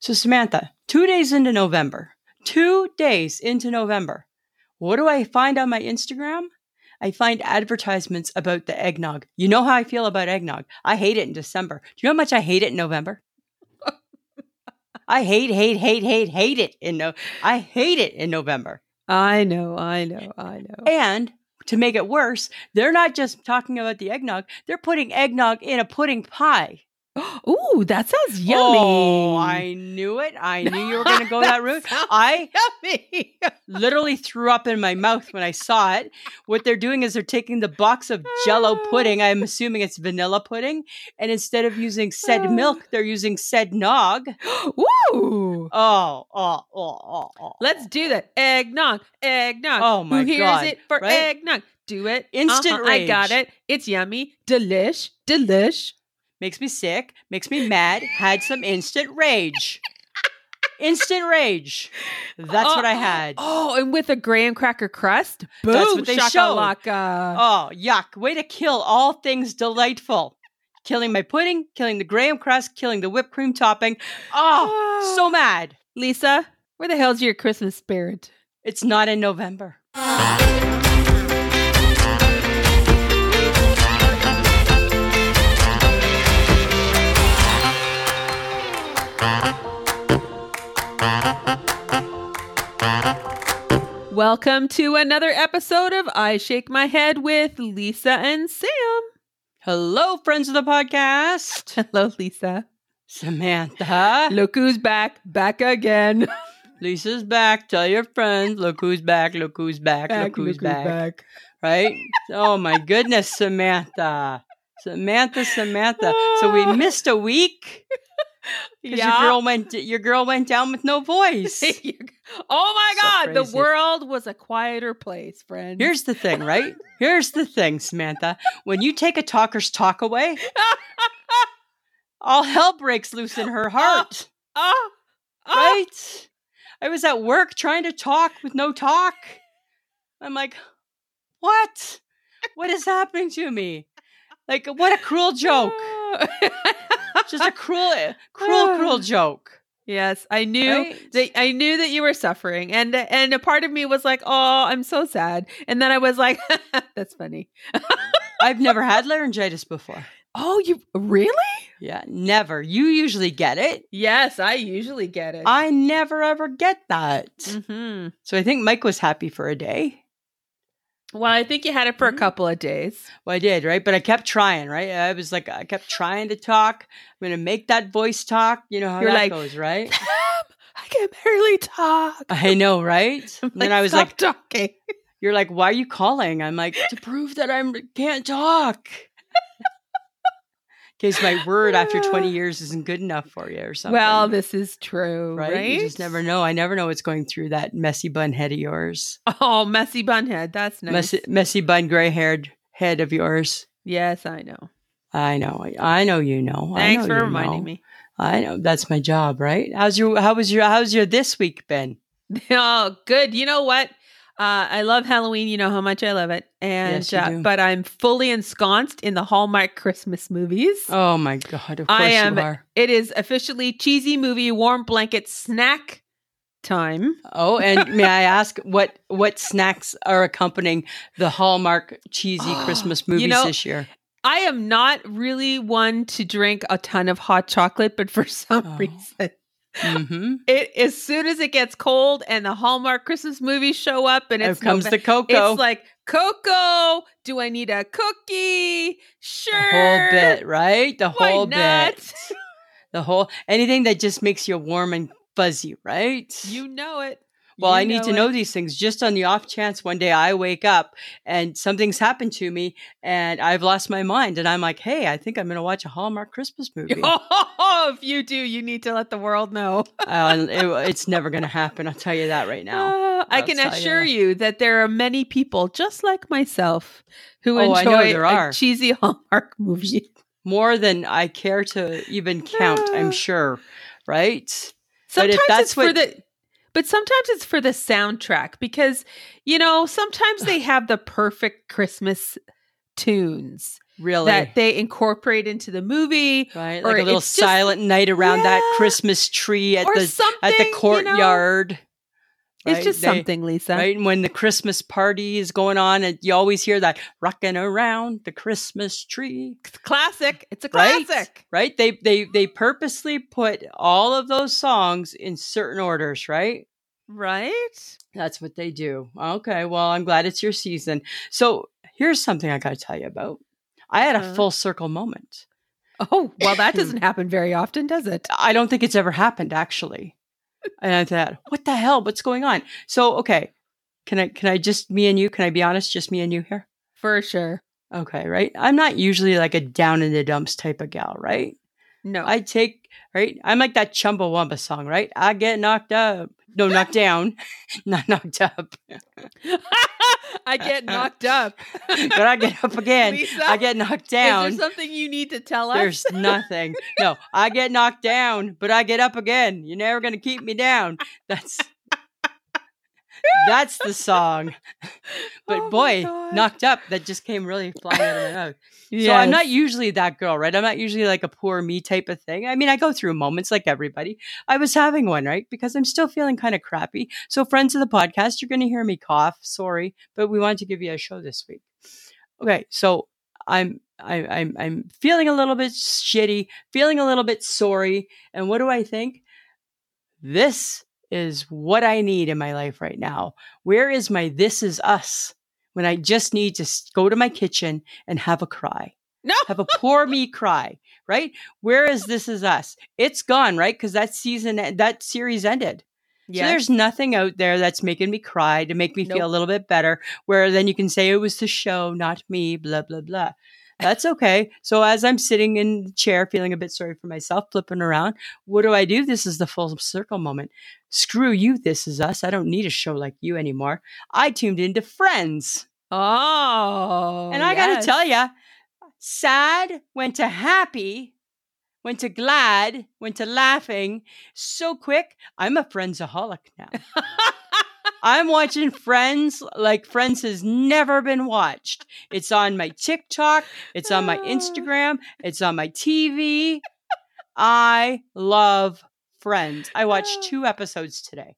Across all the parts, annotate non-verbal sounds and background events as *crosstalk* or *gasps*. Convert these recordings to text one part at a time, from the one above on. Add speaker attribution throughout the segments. Speaker 1: So, Samantha, two days into November, two days into November, what do I find on my Instagram? I find advertisements about the eggnog. You know how I feel about eggnog. I hate it in December. Do you know how much I hate it in November? I hate, hate, hate, hate, hate it in no. I hate it in November.
Speaker 2: I know, I know, I know.
Speaker 1: And to make it worse, they're not just talking about the eggnog; they're putting eggnog in a pudding pie.
Speaker 2: *gasps* Ooh, that sounds yummy.
Speaker 1: Oh,
Speaker 2: *laughs*
Speaker 1: I knew it. I knew you were going *laughs* to go that,
Speaker 2: That
Speaker 1: route.
Speaker 2: sounds-
Speaker 1: I
Speaker 2: yummy.
Speaker 1: literally threw up in my mouth when I saw it. What they're doing is they're taking the box of jello pudding, I'm assuming it's vanilla pudding, and instead of using said milk, they're using said nog.
Speaker 2: Ooh.
Speaker 1: Oh, oh, oh, oh, oh.
Speaker 2: Let's do that. Eggnog, eggnog.
Speaker 1: Oh my
Speaker 2: Who hears
Speaker 1: God,
Speaker 2: it for
Speaker 1: right?
Speaker 2: eggnog? Do it.
Speaker 1: Instant
Speaker 2: Uh-huh, I got
Speaker 1: rage.
Speaker 2: it. It's yummy. Delish. Delish.
Speaker 1: Makes me sick, makes me mad, had some instant rage. Instant rage. That's what I
Speaker 2: Oh,
Speaker 1: had.
Speaker 2: Oh, and with a graham cracker crust. Boom.
Speaker 1: That's what they showed.
Speaker 2: shakalaka.
Speaker 1: Oh, yuck. Way to kill all things delightful. Killing my pudding, killing the graham crust, killing the whipped cream topping. Oh, so mad.
Speaker 2: *gasps* Lisa, where the hell's your Christmas spirit?
Speaker 1: It's not in November.
Speaker 2: Welcome to another episode of I Shake My Head with Lisa and Sam.
Speaker 1: Hello, friends of the podcast. *laughs*
Speaker 2: *laughs* Hello, Lisa.
Speaker 1: Samantha.
Speaker 2: Look who's back, back again.
Speaker 1: Lisa's back. Tell your friends. Look who's back. Look who's back. look who's back. Right? Oh, my goodness, Samantha. Samantha, Samantha. So *laughs* we missed a week because
Speaker 2: Yeah.
Speaker 1: *laughs*
Speaker 2: *laughs*
Speaker 1: your girl went. Your girl went down with no *laughs* voice.
Speaker 2: oh my
Speaker 1: So
Speaker 2: God, the
Speaker 1: crazy.
Speaker 2: world was a quieter place, friend.
Speaker 1: Here's the thing, right? Here's the thing, Samantha. When you take a talker's talk *laughs* away, all hell breaks loose in her heart,
Speaker 2: Ah, ah.
Speaker 1: right? I was at work trying to talk with no talk. I'm like, what? What is happening to me? Like, what a cruel joke.
Speaker 2: *laughs*
Speaker 1: Just a cruel, cruel,
Speaker 2: *sighs*
Speaker 1: cruel joke.
Speaker 2: yes, I knew
Speaker 1: Right?
Speaker 2: that I knew that you were suffering, and and a part of me was like, "Oh, I'm so sad," and then I was like, *laughs* "That's funny."
Speaker 1: I've never had laryngitis before.
Speaker 2: Oh, you really?
Speaker 1: Yeah, never. You usually get it.
Speaker 2: Yes, I usually get it.
Speaker 1: I never ever get that.
Speaker 2: hmm
Speaker 1: So I think Mike was happy for a day.
Speaker 2: Well, I think you had it for a
Speaker 1: Mhm.
Speaker 2: couple of days.
Speaker 1: Well, I did, right? But I kept trying, right? I was like, I kept trying to talk. I'm going to make that voice talk. You know how
Speaker 2: You're
Speaker 1: that
Speaker 2: like-
Speaker 1: goes, right?
Speaker 2: I can barely talk. *laughs*
Speaker 1: I know, right?
Speaker 2: I'm
Speaker 1: and then I was
Speaker 2: "Stop
Speaker 1: like,
Speaker 2: talking.
Speaker 1: you're like, why are you calling? I'm like, to prove that I am can't
Speaker 2: *laughs*
Speaker 1: talk. In case my word after
Speaker 2: *laughs*
Speaker 1: 20 years isn't good enough for you or something.
Speaker 2: Well, this is true,
Speaker 1: right?
Speaker 2: right?
Speaker 1: You just never know. I never know what's going through that messy bun head of yours.
Speaker 2: *laughs* Oh, messy bun head. That's nice.
Speaker 1: Messy, messy bun gray haired head of yours.
Speaker 2: Yes, I know.
Speaker 1: I know. I- I know you know. I
Speaker 2: Thanks
Speaker 1: know
Speaker 2: for
Speaker 1: you
Speaker 2: reminding
Speaker 1: know.
Speaker 2: me.
Speaker 1: I know that's my job, right? How's your how was your how's your this week been?
Speaker 2: *laughs* Oh, good. You know what? Uh, I love Halloween. You know how much I love it, and
Speaker 1: Yes, you
Speaker 2: uh,
Speaker 1: do.
Speaker 2: but I'm fully ensconced in the Hallmark Christmas movies.
Speaker 1: Oh my god, of course
Speaker 2: I am-
Speaker 1: you are.
Speaker 2: It is officially cheesy movie warm blanket snack time.
Speaker 1: Oh, and may I ask what what snacks are accompanying the Hallmark
Speaker 2: *gasps*
Speaker 1: cheesy
Speaker 2: Oh,
Speaker 1: Christmas
Speaker 2: you
Speaker 1: movies
Speaker 2: know-
Speaker 1: this year?
Speaker 2: I am not really one to drink a ton of hot chocolate, but for *laughs* some
Speaker 1: Oh.
Speaker 2: reason,
Speaker 1: Mm-hmm.
Speaker 2: it as soon as it gets cold and the Hallmark Christmas movies show up, and
Speaker 1: Here
Speaker 2: *laughs* it's
Speaker 1: comes
Speaker 2: Nove-
Speaker 1: the cocoa.
Speaker 2: It's like cocoa. Do I need a cookie?
Speaker 1: the
Speaker 2: Sure,
Speaker 1: whole bit, right? The
Speaker 2: Why
Speaker 1: whole
Speaker 2: not? *laughs*
Speaker 1: bit. The whole anything that just makes you warm and fuzzy, right?
Speaker 2: You know it.
Speaker 1: Well,
Speaker 2: You
Speaker 1: I need to
Speaker 2: it.
Speaker 1: know these things just on the off chance one day I wake up and something's happened to me and I've lost my mind and I'm like, hey, I think I'm going to watch a Hallmark Christmas
Speaker 2: *laughs*
Speaker 1: movie. uh,
Speaker 2: Oh, if you do, you need to let the world know.
Speaker 1: Uh, it- it's never going to happen. I'll tell you that right now.
Speaker 2: Uh, I can
Speaker 1: That's how you
Speaker 2: assure
Speaker 1: know.
Speaker 2: you that there are many people just like myself who
Speaker 1: Oh, I know
Speaker 2: enjoy
Speaker 1: there
Speaker 2: a
Speaker 1: are.
Speaker 2: cheesy *laughs* Hallmark movie.
Speaker 1: More than I care to
Speaker 2: *laughs*
Speaker 1: even count, I'm
Speaker 2: Uh.
Speaker 1: sure. Right? But if
Speaker 2: Sometimes
Speaker 1: that's
Speaker 2: it's for
Speaker 1: what-
Speaker 2: the but sometimes it's for the
Speaker 1: *sighs*
Speaker 2: soundtrack because you know, sometimes they have the perfect Christmas tunes.
Speaker 1: Really?
Speaker 2: that they incorporate into the movie
Speaker 1: right?
Speaker 2: or
Speaker 1: Like a little
Speaker 2: it's just-
Speaker 1: silent night around that
Speaker 2: Yeah.
Speaker 1: Christmas tree at
Speaker 2: or
Speaker 1: the
Speaker 2: something
Speaker 1: at the
Speaker 2: you know?
Speaker 1: courtyard.
Speaker 2: It's
Speaker 1: right?
Speaker 2: just
Speaker 1: They-
Speaker 2: something, Lisa.
Speaker 1: Right. And when the Christmas party is going on, and you always hear that rocking around the Christmas tree.
Speaker 2: Classic. It's a
Speaker 1: Right?
Speaker 2: classic.
Speaker 1: Right? They they they purposely put all of those songs in certain orders, right?
Speaker 2: Right?
Speaker 1: That's what they do. Okay, well, I'm glad it's your season. So here's something I gotta tell you about. I had a
Speaker 2: Uh-huh.
Speaker 1: full circle moment.
Speaker 2: Oh, well, *laughs* that doesn't happen very often, does it?
Speaker 1: I don't think it's ever happened actually. And I thought, what the hell? What's going on? So okay. Can I can I just me and you, can I be honest? Just me and you here?
Speaker 2: For sure.
Speaker 1: Okay, right? I'm not usually like a down in the dumps type of gal, right?
Speaker 2: No.
Speaker 1: I take, right? I'm like that Chumbawamba song, right? I get knocked up. No, knocked down, *laughs* not knocked up.
Speaker 2: *laughs* I get
Speaker 1: *laughs*
Speaker 2: knocked up.
Speaker 1: But I get up again.
Speaker 2: *laughs* Lisa,
Speaker 1: I get knocked
Speaker 2: Is
Speaker 1: down.
Speaker 2: there something you need to tell us?
Speaker 1: There's nothing. No, I get knocked down, but I get up again. You're never going to keep me down.
Speaker 2: *laughs*
Speaker 1: That's. That's the song. But
Speaker 2: Oh my
Speaker 1: boy,
Speaker 2: God.
Speaker 1: knocked up, that just came really flying out
Speaker 2: *laughs*
Speaker 1: of my mouth. So I'm not
Speaker 2: Yes.
Speaker 1: usually that girl, right? I'm not usually like a poor me type of thing. I mean, I go through moments like everybody. I was having one, right? Because I'm still feeling kind of crappy. So, friends of the podcast, you're going to hear me cough. Sorry, but we wanted to give you a show this week. Okay, so I'm I, I'm I'm feeling a little bit shitty, feeling a little bit sorry, and what do I think? This is what I need in my life right now. Where is my this is us when I just need to s- go to my kitchen and have a cry?
Speaker 2: No.
Speaker 1: have a poor me cry, right? Where is this is us? It's gone, right? Because that season, eh, that series ended. So there's nothing out there that's making me cry to make me feel
Speaker 2: Nope.
Speaker 1: a little bit better, where then you can say it was the show, not me, blah, blah, blah. That's okay. So as I'm sitting in the chair feeling a bit sorry for myself, flipping around, what do I do? This is the full circle moment. Screw you, this is us. I don't need a show like you anymore. I tuned into Friends.
Speaker 2: Oh.
Speaker 1: and I got
Speaker 2: yes.
Speaker 1: to tell you, sad went to happy, went to glad, went to laughing so quick. I'm a friendsaholic
Speaker 2: *laughs*
Speaker 1: now. I'm watching Friends like Friends has never been watched. It's on my TikTok, it's on
Speaker 2: Ah.
Speaker 1: my Instagram, it's on my TV. I love Friends. I watched
Speaker 2: Ah.
Speaker 1: two episodes today.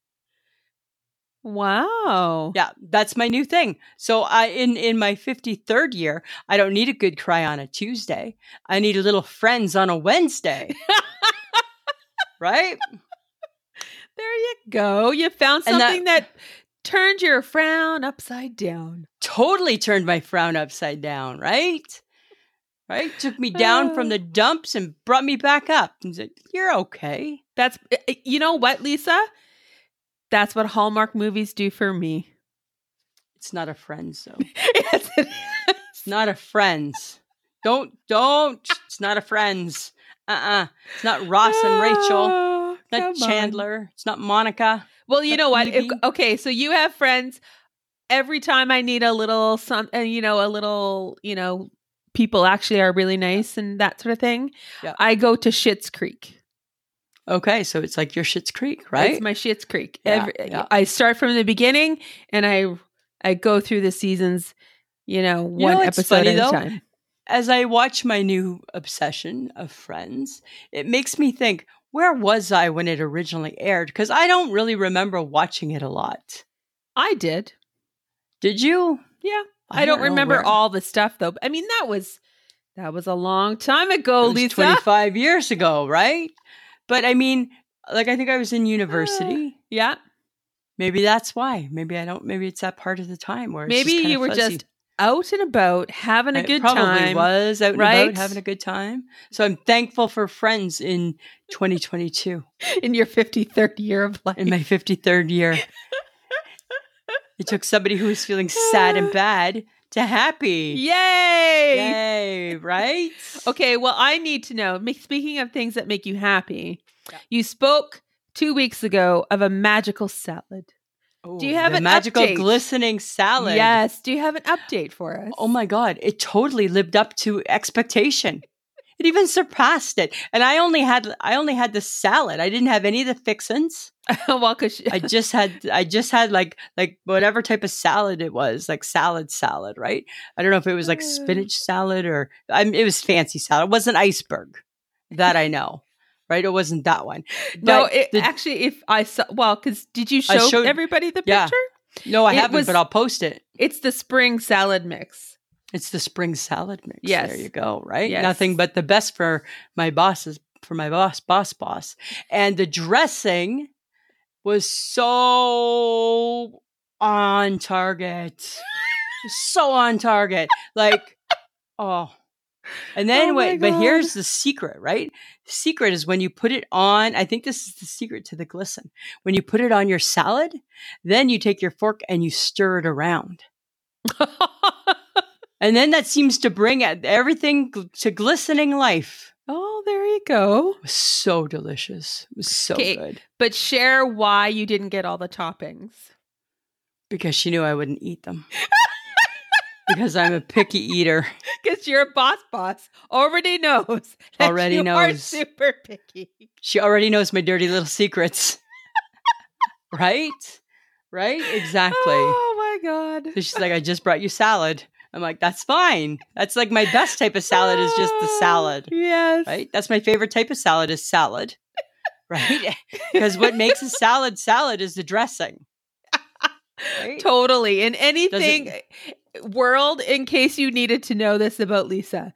Speaker 2: wow.
Speaker 1: Yeah, that's my new thing. So I in in my 53rd year, I don't need a good cry on a Tuesday. I need a little Friends on a Wednesday. right?
Speaker 2: There you go. You found
Speaker 1: And that-
Speaker 2: something that turned your frown upside down.
Speaker 1: totally turned my frown upside down, right? Right? Took me down from
Speaker 2: Oh. *sighs*
Speaker 1: the dumps and brought me back up and said, You're okay.
Speaker 2: That's I- I- you know what, Lisa? That's what Hallmark movies do for me. *laughs*
Speaker 1: It's not a friends though.
Speaker 2: Yes, it
Speaker 1: It's
Speaker 2: is.
Speaker 1: not a friends. Don't don't it's not a friends. Uh uh It's not Ross and
Speaker 2: *sighs*
Speaker 1: Rachel.
Speaker 2: Oh,
Speaker 1: It's not
Speaker 2: come on.
Speaker 1: Chandler. It's not Monica.
Speaker 2: Well, you
Speaker 1: That
Speaker 2: know what? If-
Speaker 1: movie.
Speaker 2: okay, so you have friends. Every time I need a little some, uh, you know, a little, you know, people actually are really nice and that sort of thing.
Speaker 1: Yeah.
Speaker 2: I go to Shit's Creek.
Speaker 1: Okay, so it's like your shit's creek, right?
Speaker 2: It's my Shit's Creek.
Speaker 1: Yeah,
Speaker 2: Every,
Speaker 1: yeah.
Speaker 2: I start from the beginning and I I go through the seasons. You know, one
Speaker 1: know, it's
Speaker 2: episode
Speaker 1: funny,
Speaker 2: at a
Speaker 1: though.
Speaker 2: time.
Speaker 1: As I watch my new obsession of friends, it makes me think, where was I when it originally aired? Because I don't really remember watching it a lot.
Speaker 2: I did.
Speaker 1: Did you?
Speaker 2: Yeah. I, don't,
Speaker 1: know
Speaker 2: remember
Speaker 1: where-
Speaker 2: all the stuff though. I mean, that was that was a long time
Speaker 1: It
Speaker 2: ago,
Speaker 1: was
Speaker 2: Lisa.
Speaker 1: 25 years ago, right? But I mean, like I think I was in university.
Speaker 2: Yeah,
Speaker 1: Maybe that's why. Maybe I don't. Maybe it's that part of the time where it's
Speaker 2: maybe
Speaker 1: just kinda
Speaker 2: you were
Speaker 1: fuzzy.
Speaker 2: just out and about having a
Speaker 1: I
Speaker 2: good
Speaker 1: probably
Speaker 2: time.
Speaker 1: was out and
Speaker 2: right?
Speaker 1: about having a good time. So I'm thankful for friends in 2022
Speaker 2: in your 53rd year of life.
Speaker 1: in my 53rd year. it took somebody who was feeling sad and bad to happy.
Speaker 2: *laughs* Yay!
Speaker 1: Yay! Right?
Speaker 2: Okay, well, I need to know. ma- Speaking of things that make you happy, you spoke two weeks ago of a magical salad.
Speaker 1: Ooh,
Speaker 2: Do you have
Speaker 1: the
Speaker 2: an
Speaker 1: magical
Speaker 2: update?
Speaker 1: glistening salad?
Speaker 2: Yes. Do you have an update for us?
Speaker 1: Oh my God, it totally lived up to expectation. It even surpassed it. And I only had I only had the salad. I didn't have any of the fixins.
Speaker 2: *laughs* well, cause *laughs*
Speaker 1: I just had I just had like like whatever type of salad it was, like salad salad, right? I don't know if it was like
Speaker 2: Uh.
Speaker 1: spinach salad or I mean, it was fancy salad. It wasn't iceberg. That I know. Right? It wasn't that one.
Speaker 2: no,
Speaker 1: But
Speaker 2: it,
Speaker 1: the-
Speaker 2: actually, if I saw, well, because did you
Speaker 1: I
Speaker 2: show
Speaker 1: showed-
Speaker 2: everybody the
Speaker 1: yeah.
Speaker 2: picture?
Speaker 1: no, I
Speaker 2: it
Speaker 1: haven't,
Speaker 2: was-
Speaker 1: but I'll post it.
Speaker 2: It's the spring salad mix.
Speaker 1: *laughs* It's the spring salad mix.
Speaker 2: Yes.
Speaker 1: There you go, right?
Speaker 2: Yes.
Speaker 1: Nothing but the best for my bosses, for my boss, boss, boss. And the dressing was so on target. so on target. Like, oh. And then
Speaker 2: Oh my
Speaker 1: wait, but
Speaker 2: God.
Speaker 1: here's the secret, right? Secret is when you put it on, I think this is the secret to the glisten. When you put it on your salad, then you take your fork and you stir it around. And then that seems to bring it- everything gl- to glistening life.
Speaker 2: oh, there you go.
Speaker 1: It was so delicious. It was so
Speaker 2: Okay.
Speaker 1: good
Speaker 2: But share why you didn't get all the toppings. *laughs*
Speaker 1: because she knew I wouldn't eat them. because I'm a picky eater.
Speaker 2: Because your boss boss already knows. *laughs* That
Speaker 1: Already
Speaker 2: you Are
Speaker 1: knows.
Speaker 2: super picky.
Speaker 1: She already knows my dirty little secrets. right? Right? Exactly.
Speaker 2: Oh my god.
Speaker 1: So she's like, I just brought you salad. I'm like, that's fine. That's like my best type of salad is just the
Speaker 2: Oh, *laughs*
Speaker 1: salad.
Speaker 2: Yes.
Speaker 1: Right? That's my favorite type of salad is salad. Right? Because what makes
Speaker 2: *laughs*
Speaker 1: a salad salad is the dressing. Right?
Speaker 2: Totally. In anything eh, world, in case you needed to know this about Lisa,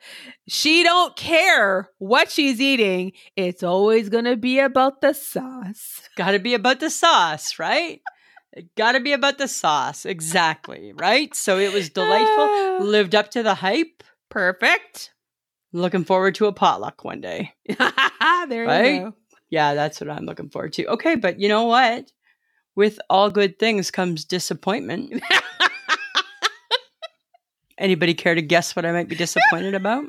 Speaker 2: she don't care what she's eating. It's always gonna be about the sauce.
Speaker 1: Got to be about the sauce, right? Got to be about the sauce. Exactly, right? So it was
Speaker 2: *laughs*
Speaker 1: delightful.
Speaker 2: Ah,
Speaker 1: Lived up to the hype.
Speaker 2: Perfect.
Speaker 1: Looking forward to a potluck one day.
Speaker 2: *laughs* there
Speaker 1: Right?
Speaker 2: you go.
Speaker 1: Yeah, that's what I'm looking forward to. Okay, but you know what? With all good things comes disappointment.
Speaker 2: *laughs*
Speaker 1: Anybody care to guess what I might be disappointed about?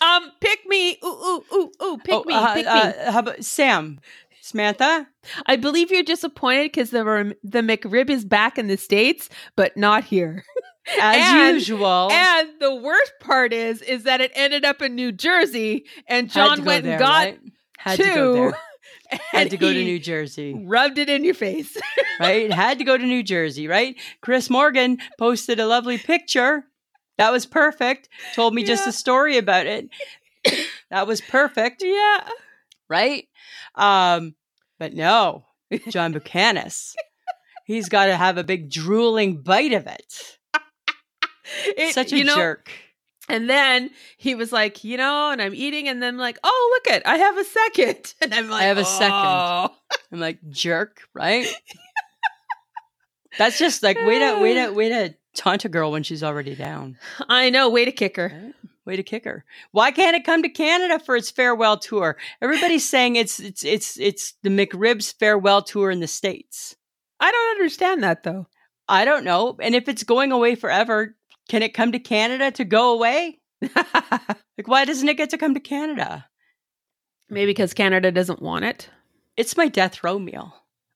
Speaker 2: Um, pick me. Ooh, ooh, ooh, ooh. Pick
Speaker 1: Oh,
Speaker 2: me.
Speaker 1: uh,
Speaker 2: pick me.
Speaker 1: uh, how about Sam? Samantha?
Speaker 2: I believe you're disappointed because the rem- the McRib is back in the states, but not here.
Speaker 1: As
Speaker 2: And-
Speaker 1: usual.
Speaker 2: And the worst part is, is that it ended up in New Jersey, and
Speaker 1: had to
Speaker 2: John
Speaker 1: go
Speaker 2: went
Speaker 1: there,
Speaker 2: and got
Speaker 1: right? Had to go
Speaker 2: two,
Speaker 1: there. Had
Speaker 2: and
Speaker 1: to go
Speaker 2: *laughs*
Speaker 1: to
Speaker 2: he
Speaker 1: New Jersey.
Speaker 2: rubbed it in your face. *laughs*
Speaker 1: right? Had to go to New Jersey, right? Chris Morgan posted a lovely picture. That was perfect. Told me just
Speaker 2: Yeah.
Speaker 1: a story about it. that was perfect,
Speaker 2: yeah,
Speaker 1: right? Um, but no, John Buchanan. He's got to have a big drooling bite of it.
Speaker 2: It-
Speaker 1: Such a
Speaker 2: you know,
Speaker 1: jerk.
Speaker 2: And then he was like, you know, and I'm eating, and then like, oh look it, I have a second, *laughs* and I'm like,
Speaker 1: have a second.
Speaker 2: "Oh."
Speaker 1: I'm like, jerk, right? That's just like, way to, way to, way to taunt a girl when she's already down.
Speaker 2: I know, way to kick her.
Speaker 1: Right? Way to kick her. Why can't it come to Canada for its farewell tour? Everybody's saying it's it's it's it's the McRib's farewell tour in the States.
Speaker 2: I don't understand that though. *laughs*
Speaker 1: I don't know. And if it's going away forever, can it come to Canada to go away? Like why doesn't it get to come to Canada?
Speaker 2: Maybe because Canada doesn't want it.
Speaker 1: It's my death row meal.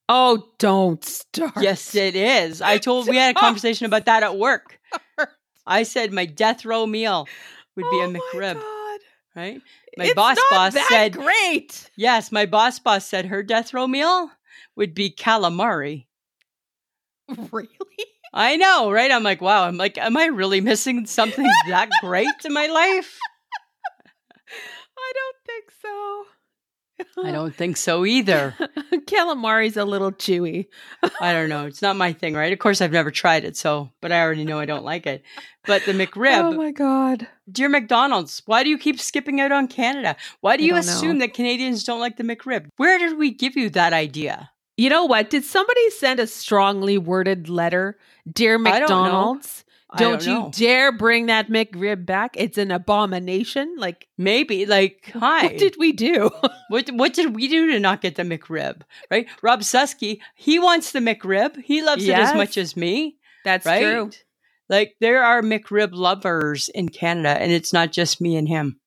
Speaker 2: Oh, don't start.
Speaker 1: Yes, it is. I told we had a conversation about that at
Speaker 2: *laughs*
Speaker 1: work. I said my death row meal would be
Speaker 2: Oh
Speaker 1: a
Speaker 2: my
Speaker 1: McRib,
Speaker 2: God.
Speaker 1: right? My
Speaker 2: It's
Speaker 1: boss
Speaker 2: not
Speaker 1: boss
Speaker 2: that
Speaker 1: said
Speaker 2: great.
Speaker 1: Yes, my boss boss said her death row meal would be calamari.
Speaker 2: *laughs* Really?
Speaker 1: I know, right? I'm like, wow. I'm like, am I really missing something that great in my
Speaker 2: *laughs*
Speaker 1: life?
Speaker 2: I don't think so.
Speaker 1: I don't think so either.
Speaker 2: *laughs* Calamari's a little chewy.
Speaker 1: I don't know. It's not my thing, right? Of course, I've never tried it, so, but I already know I don't like it. But the McRib,
Speaker 2: Oh my god.
Speaker 1: dear McDonald's, why do you keep skipping out on Canada? Why do
Speaker 2: I
Speaker 1: you
Speaker 2: don't know.
Speaker 1: assume that Canadians don't like the McRib? Where did we give you that idea?
Speaker 2: You know what? Did somebody send a strongly worded letter, dear
Speaker 1: I don't know.
Speaker 2: McDonald's?
Speaker 1: I
Speaker 2: Don't, you
Speaker 1: know.
Speaker 2: dare bring that McRib back. It's an abomination. Like,
Speaker 1: Maybe like hi.
Speaker 2: what did we do? *laughs*
Speaker 1: What what did we do to not get the McRib? Right? Rob Susky, he wants the McRib. He loves it as
Speaker 2: Yes.
Speaker 1: much as me.
Speaker 2: That's
Speaker 1: Right?
Speaker 2: true.
Speaker 1: Like there are McRib lovers in Canada, and it's not just me and
Speaker 2: *laughs*
Speaker 1: him.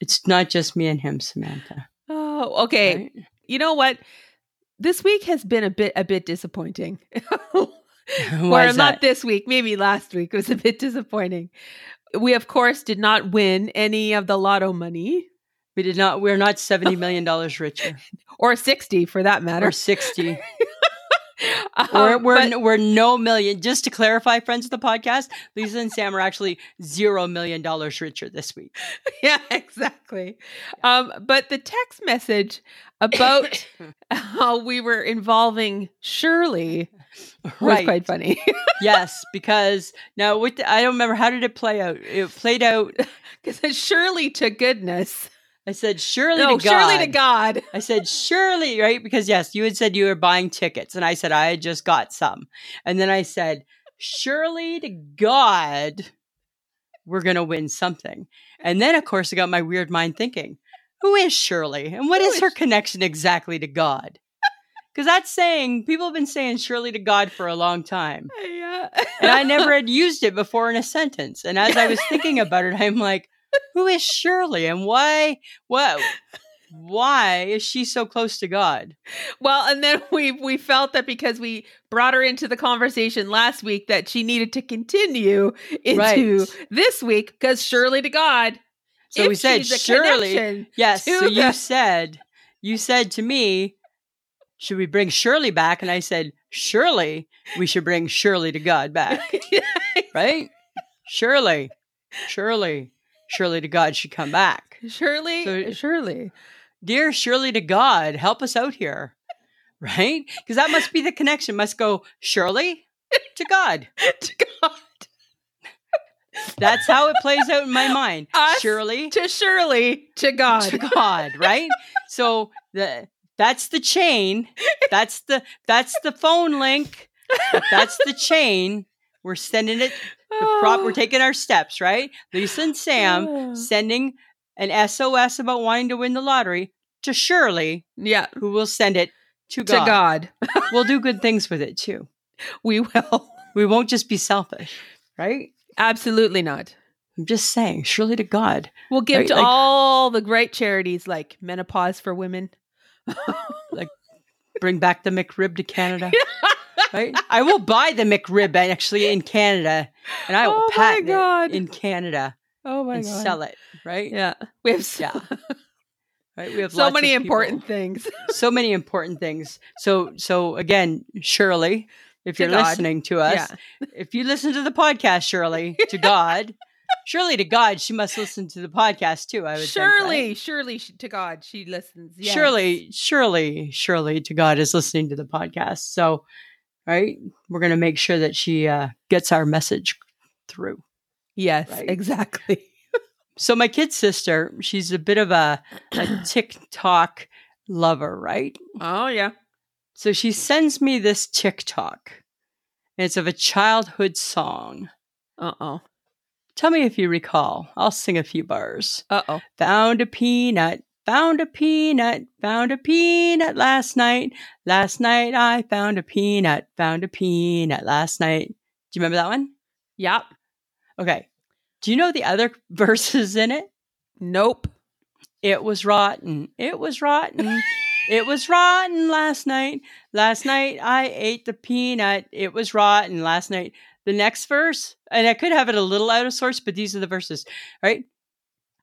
Speaker 1: it's not just me and him, Samantha.
Speaker 2: Oh, okay.
Speaker 1: right?
Speaker 2: You know what? This week has been a bit a bit disappointing. *laughs*
Speaker 1: Why
Speaker 2: or
Speaker 1: is
Speaker 2: not
Speaker 1: *laughs* that?
Speaker 2: this week, maybe last week was a bit disappointing. we of course did not win any of the lotto money
Speaker 1: We did not. We're not
Speaker 2: *laughs*
Speaker 1: seventy million dollars richer,
Speaker 2: or 60 for that matter.
Speaker 1: or sixty.
Speaker 2: *laughs* Um,
Speaker 1: we're we're,
Speaker 2: but-
Speaker 1: n- we're no million. Just to clarify, friends of the podcast, Lisa and Sam are actually zero million dollars richer this
Speaker 2: *laughs*
Speaker 1: week.
Speaker 2: yeah, exactly. Um, but the text message
Speaker 1: *laughs*
Speaker 2: about how we were involving Shirley *laughs* was *laughs* quite funny.
Speaker 1: yes, because now with the, I don't remember how did it play out. It played out.
Speaker 2: Because Shirley to goodness.
Speaker 1: I said surely
Speaker 2: no,
Speaker 1: to God.
Speaker 2: Shirley to God.
Speaker 1: *laughs* I said, surely, right? Because yes, you had said you were buying tickets. And I said, I had just got some. And then I said, surely to God, we're going to win something. And then, of course, I got my weird mind thinking, who is Shirley? And what
Speaker 2: Who
Speaker 1: is
Speaker 2: is
Speaker 1: her
Speaker 2: she?
Speaker 1: connection exactly to God? Because that's saying, people have been saying Shirley to God for a long time.
Speaker 2: Yeah.
Speaker 1: And I never had used it before in a sentence. And as I was
Speaker 2: *laughs*
Speaker 1: thinking about it, I'm like, who is Shirley and why? What? Why is she so close to God?
Speaker 2: *laughs* Well, and then we we felt that because we brought her into the conversation last week that she needed to continue into
Speaker 1: Right.
Speaker 2: this week because Shirley to God.
Speaker 1: So
Speaker 2: if
Speaker 1: we said,
Speaker 2: she's a
Speaker 1: surely.
Speaker 2: connection-
Speaker 1: Yes.
Speaker 2: to
Speaker 1: So you
Speaker 2: the-
Speaker 1: said, you said to me, should we bring Shirley back? And I said, surely we should bring Shirley *laughs* to God back,
Speaker 2: *laughs*
Speaker 1: right? Surely, surely, surely to God should come back.
Speaker 2: Shirley, *laughs*
Speaker 1: So-
Speaker 2: Shirley.
Speaker 1: Dear Shirley to God, help us out here, right? Because that must be the connection, must go Shirley to God.
Speaker 2: to God.
Speaker 1: That's how it plays out in my mind.
Speaker 2: *laughs* Us
Speaker 1: Shirley
Speaker 2: To Shirley,
Speaker 1: *laughs*
Speaker 2: to God.
Speaker 1: to God, right? so the that's the chain. That's the that's the phone link. That's the chain. We're sending it
Speaker 2: Oh.
Speaker 1: the prop we're taking our steps, right? Lisa and Sam sending an SOS about wanting to win the lottery to Shirley,
Speaker 2: Yeah,
Speaker 1: who will send it to
Speaker 2: to
Speaker 1: God.
Speaker 2: God. *laughs*
Speaker 1: We'll do good things with it too.
Speaker 2: We will.
Speaker 1: We won't just be selfish, right?
Speaker 2: Absolutely not.
Speaker 1: I'm just saying, Shirley to God.
Speaker 2: We'll give
Speaker 1: Right,
Speaker 2: to
Speaker 1: like-
Speaker 2: all the great charities like Menopause for Women.
Speaker 1: bring back the McRib to
Speaker 2: *laughs*
Speaker 1: Canada. right? I will buy the McRib actually in Canada, and I will
Speaker 2: Oh my
Speaker 1: patent
Speaker 2: God.
Speaker 1: it in Canada
Speaker 2: Oh my
Speaker 1: and
Speaker 2: God.
Speaker 1: sell it. Right?
Speaker 2: Yeah. We have so,
Speaker 1: Yeah. Right? We have
Speaker 2: *laughs* so
Speaker 1: lots of
Speaker 2: many
Speaker 1: people-
Speaker 2: important things.
Speaker 1: *laughs* so many important things. So, so again, Shirley, if
Speaker 2: To
Speaker 1: you're
Speaker 2: God.
Speaker 1: listening to us,
Speaker 2: Yeah.
Speaker 1: if you listen to the podcast, Shirley, to God, Shirley to God, she must listen to the podcast too. I would think, right?
Speaker 2: Surely, surely she, to God she listens. Yes.
Speaker 1: Surely, surely, surely to God is listening to the podcast. So, right, we're going to make sure that she uh, gets our message through.
Speaker 2: Yes,
Speaker 1: Right. *laughs*
Speaker 2: exactly.
Speaker 1: So, my kid sister, she's a bit of a, a TikTok lover, right?
Speaker 2: Oh yeah.
Speaker 1: So, she sends me this TikTok. And it's of a childhood song.
Speaker 2: Uh oh.
Speaker 1: Tell me if you recall. I'll sing a few bars.
Speaker 2: Uh oh.
Speaker 1: Found a peanut, found a peanut, found a peanut last night. Last night I found a peanut, found a peanut last night. Do you remember that one?
Speaker 2: Yep.
Speaker 1: Okay. Do you know the other *laughs* verses in it?
Speaker 2: Nope.
Speaker 1: It was rotten. It was rotten. it was rotten last night. Last night I ate the peanut. It was rotten last night. The next verse, and I could have it a little out of sorts, but these are the verses, right?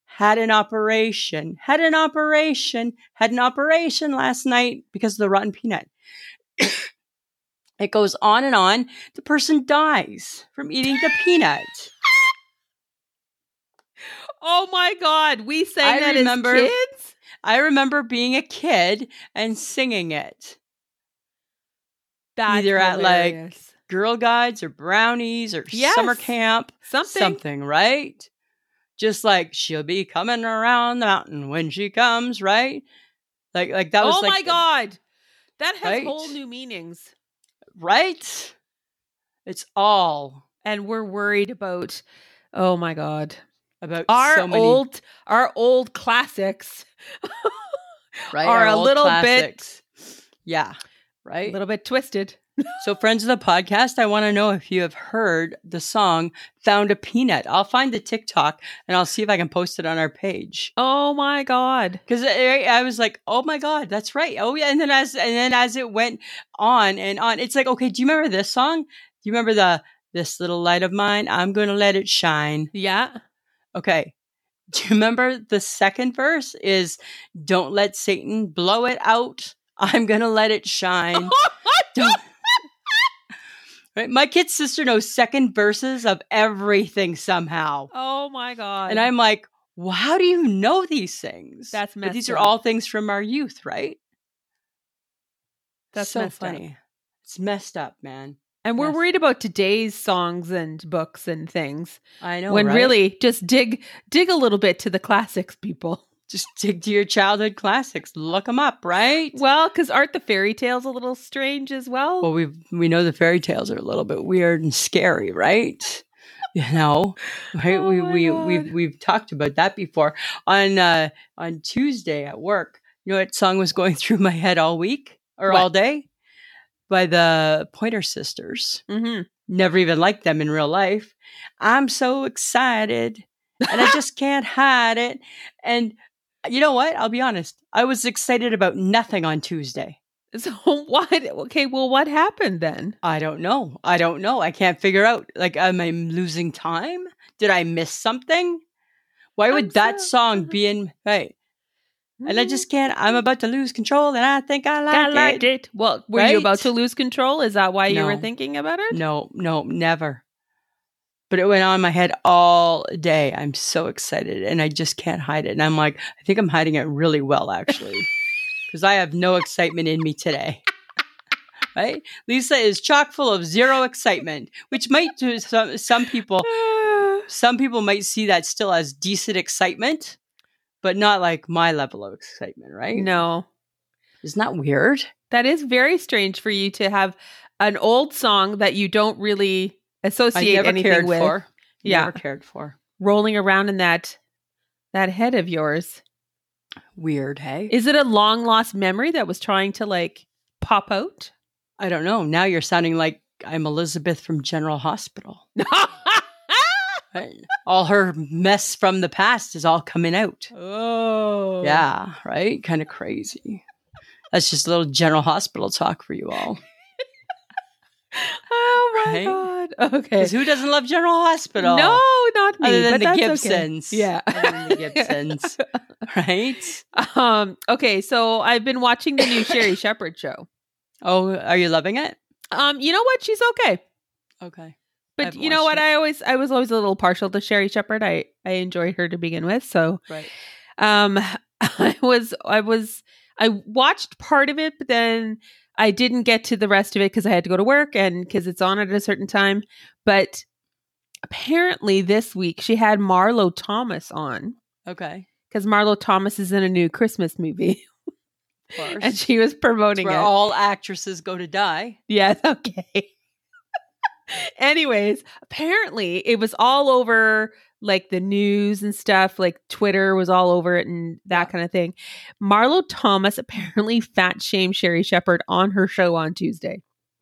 Speaker 1: Had an operation, had an operation, had an operation last night because of the rotten peanut. *coughs* it goes on and on. The person dies from eating the peanut.
Speaker 2: Oh my God. We sang
Speaker 1: I
Speaker 2: that
Speaker 1: remember-
Speaker 2: as kids.
Speaker 1: I remember being a kid and singing it.
Speaker 2: That's
Speaker 1: Either at, like,
Speaker 2: hilarious.
Speaker 1: girl guides or brownies or
Speaker 2: Yes.
Speaker 1: summer camp,
Speaker 2: something.
Speaker 1: something, right? Just like she'll be coming around the mountain when she comes, right? Like, like that was
Speaker 2: oh
Speaker 1: like,
Speaker 2: my god, that has
Speaker 1: Right?
Speaker 2: whole new meanings,
Speaker 1: right? It's all
Speaker 2: and we're worried about. Oh my god,
Speaker 1: about
Speaker 2: our
Speaker 1: so many,
Speaker 2: old our old classics
Speaker 1: right?
Speaker 2: are
Speaker 1: Our
Speaker 2: a
Speaker 1: old
Speaker 2: little bit-
Speaker 1: classics. yeah,
Speaker 2: a
Speaker 1: right.
Speaker 2: little bit twisted.
Speaker 1: So, friends of the podcast, I want to know if you have heard the song "Found a Peanut." I'll find the TikTok and I'll see if I can post it on our page.
Speaker 2: Oh my god,
Speaker 1: Because I, I was like, "Oh my god, that's right." Oh yeah, and then as and then as it went on and on, it's like, okay, do you remember this song? Do you remember the This little light of mine, I'm going to let it shine. *laughs*
Speaker 2: Yeah.
Speaker 1: Okay. Do you remember the second verse is don't let Satan blow it out. I'm going to let it shine.
Speaker 2: *laughs*
Speaker 1: Don't- Right? My kid's sister knows second verses of everything somehow.
Speaker 2: oh my god.
Speaker 1: And I'm like, well, how do you know these things?
Speaker 2: That's
Speaker 1: But these
Speaker 2: messed
Speaker 1: are
Speaker 2: up.
Speaker 1: all things from our youth, right?
Speaker 2: That's
Speaker 1: so
Speaker 2: messed up.
Speaker 1: funny. It's messed up, man.
Speaker 2: and we're
Speaker 1: Yes.
Speaker 2: worried about today's songs and books and things.
Speaker 1: I know.
Speaker 2: when
Speaker 1: right?
Speaker 2: really just dig dig a little bit to the classics people.
Speaker 1: just dig to your childhood classics, look them up, right?
Speaker 2: Well, cuz aren't the fairy tales a little strange as well?
Speaker 1: Well, we we know the fairy tales are a little bit weird and scary, right? *laughs* You know, right?
Speaker 2: Oh
Speaker 1: we
Speaker 2: my
Speaker 1: we
Speaker 2: God.
Speaker 1: we've we've talked about that before on uh, on Tuesday at work. You know what song was going *laughs* through my head all week or all
Speaker 2: What?
Speaker 1: day by the Pointer Sisters.
Speaker 2: mhm.
Speaker 1: Never even liked them in real life. I'm so excited, and I just can't hide it. And you know what? I'll be honest. I was excited about nothing on Tuesday.
Speaker 2: So *laughs* what okay, well what happened then?
Speaker 1: I don't know. I don't know. I can't figure out. Like, am I losing time? Did I miss something? Why would
Speaker 2: I'm
Speaker 1: that
Speaker 2: so- Mm-hmm.
Speaker 1: song be in? Right. And I just can't. I'm about to lose control, and I think I like,
Speaker 2: I liked
Speaker 1: it.
Speaker 2: it. Well, Mm, were you about
Speaker 1: Right?
Speaker 2: to lose control? Is that why you were
Speaker 1: No.
Speaker 2: thinking
Speaker 1: *laughs*
Speaker 2: about it?
Speaker 1: No, no, never. But it went on in my head all day. I'm so excited, and I just can't hide it. And I'm like, I think I'm hiding it really well, *laughs* actually, because I have no excitement in me today. *laughs* Right? Lisa is chock full of zero excitement, which might to some some people
Speaker 2: *sighs*
Speaker 1: some people might see that still as decent excitement, but not like my level of excitement, right?
Speaker 2: no.
Speaker 1: Isn't that weird?
Speaker 2: That is very strange for you to have an old song that you don't really associate
Speaker 1: I never
Speaker 2: anything
Speaker 1: cared
Speaker 2: with
Speaker 1: for.
Speaker 2: Yeah.
Speaker 1: Never cared for.
Speaker 2: rolling around in that that head of yours.
Speaker 1: Weird, hey?
Speaker 2: Is it a long lost memory that was trying to like
Speaker 1: *laughs*
Speaker 2: pop out? *laughs*
Speaker 1: I don't know. Now you're sounding like I'm Elizabeth from General Hospital. *laughs* Right? all her mess from the past is all coming out.
Speaker 2: oh.
Speaker 1: Yeah, right? Kind of crazy. That's just a little General Hospital talk for you
Speaker 2: *laughs*
Speaker 1: all.
Speaker 2: Oh my god. Okay.
Speaker 1: Because who doesn't love General Hospital?
Speaker 2: No,
Speaker 1: *laughs*
Speaker 2: not me.
Speaker 1: Other than
Speaker 2: but
Speaker 1: the
Speaker 2: that's okay.
Speaker 1: Gibsons.
Speaker 2: Yeah.
Speaker 1: Other than the
Speaker 2: *laughs*
Speaker 1: Gibsons. right?
Speaker 2: Um, okay, so I've been watching the
Speaker 1: *coughs*
Speaker 2: new Sherry Shepherd show.
Speaker 1: Oh, are you loving it?
Speaker 2: Um, you know what? She's okay.
Speaker 1: Okay. I
Speaker 2: But
Speaker 1: haven't
Speaker 2: you know
Speaker 1: watched
Speaker 2: what?
Speaker 1: it.
Speaker 2: I always I was always a little partial to Sherry Shepherd. I I enjoyed her to begin with. So
Speaker 1: Right.
Speaker 2: um *laughs* I was I was I watched part of it, but then I didn't get to the rest of it because I had to go to work and because it's on at a certain time. But apparently this week she had Marlo Thomas on
Speaker 1: Okay.
Speaker 2: because Marlo Thomas is in a new Christmas movie *laughs*
Speaker 1: Of course.
Speaker 2: and she was promoting
Speaker 1: where
Speaker 2: it.
Speaker 1: all actresses go to die.
Speaker 2: Yes, *laughs* okay. Anyways, apparently it was all over like the news and stuff, like Twitter was all over it and that kind of thing. Marlo Thomas apparently fat shamed Sherry Shepard on her show on Tuesday.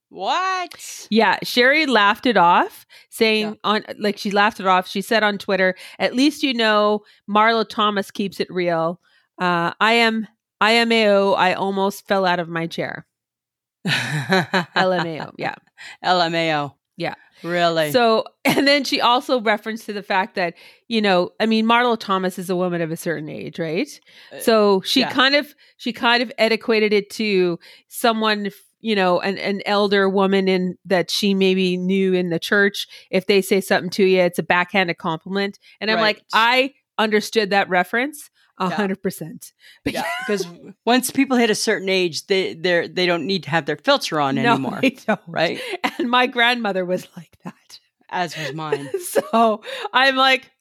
Speaker 1: What?
Speaker 2: Yeah, Sherry laughed it off, saying
Speaker 1: Yeah.
Speaker 2: on like she laughed it off. She said on Twitter, "At least you know Marlo Thomas keeps it real. Uh, I am I am AO. I almost fell out of my chair. LMAO. Yeah."
Speaker 1: *laughs* LMAO.
Speaker 2: Yeah.
Speaker 1: Really?
Speaker 2: So, *laughs* and then she also referenced to the fact that, you know, I mean, Marlo Thomas is a woman of a certain age, right?
Speaker 1: Uh,
Speaker 2: So she
Speaker 1: yeah.
Speaker 2: kind of, she kind of adequated it to someone, you know, an, an elder woman in that she maybe knew in the church. If they say something to you, it's a backhanded compliment. And I'm like,
Speaker 1: Right.
Speaker 2: I understood that reference a
Speaker 1: Yeah.
Speaker 2: hundred percent.
Speaker 1: yeah, *laughs* because once people hit a certain age, they they they don't need to have their filter on
Speaker 2: No, *laughs*
Speaker 1: anymore,
Speaker 2: I don't.
Speaker 1: right?
Speaker 2: And my grandmother was like that. *laughs*
Speaker 1: As was mine.
Speaker 2: so I'm like,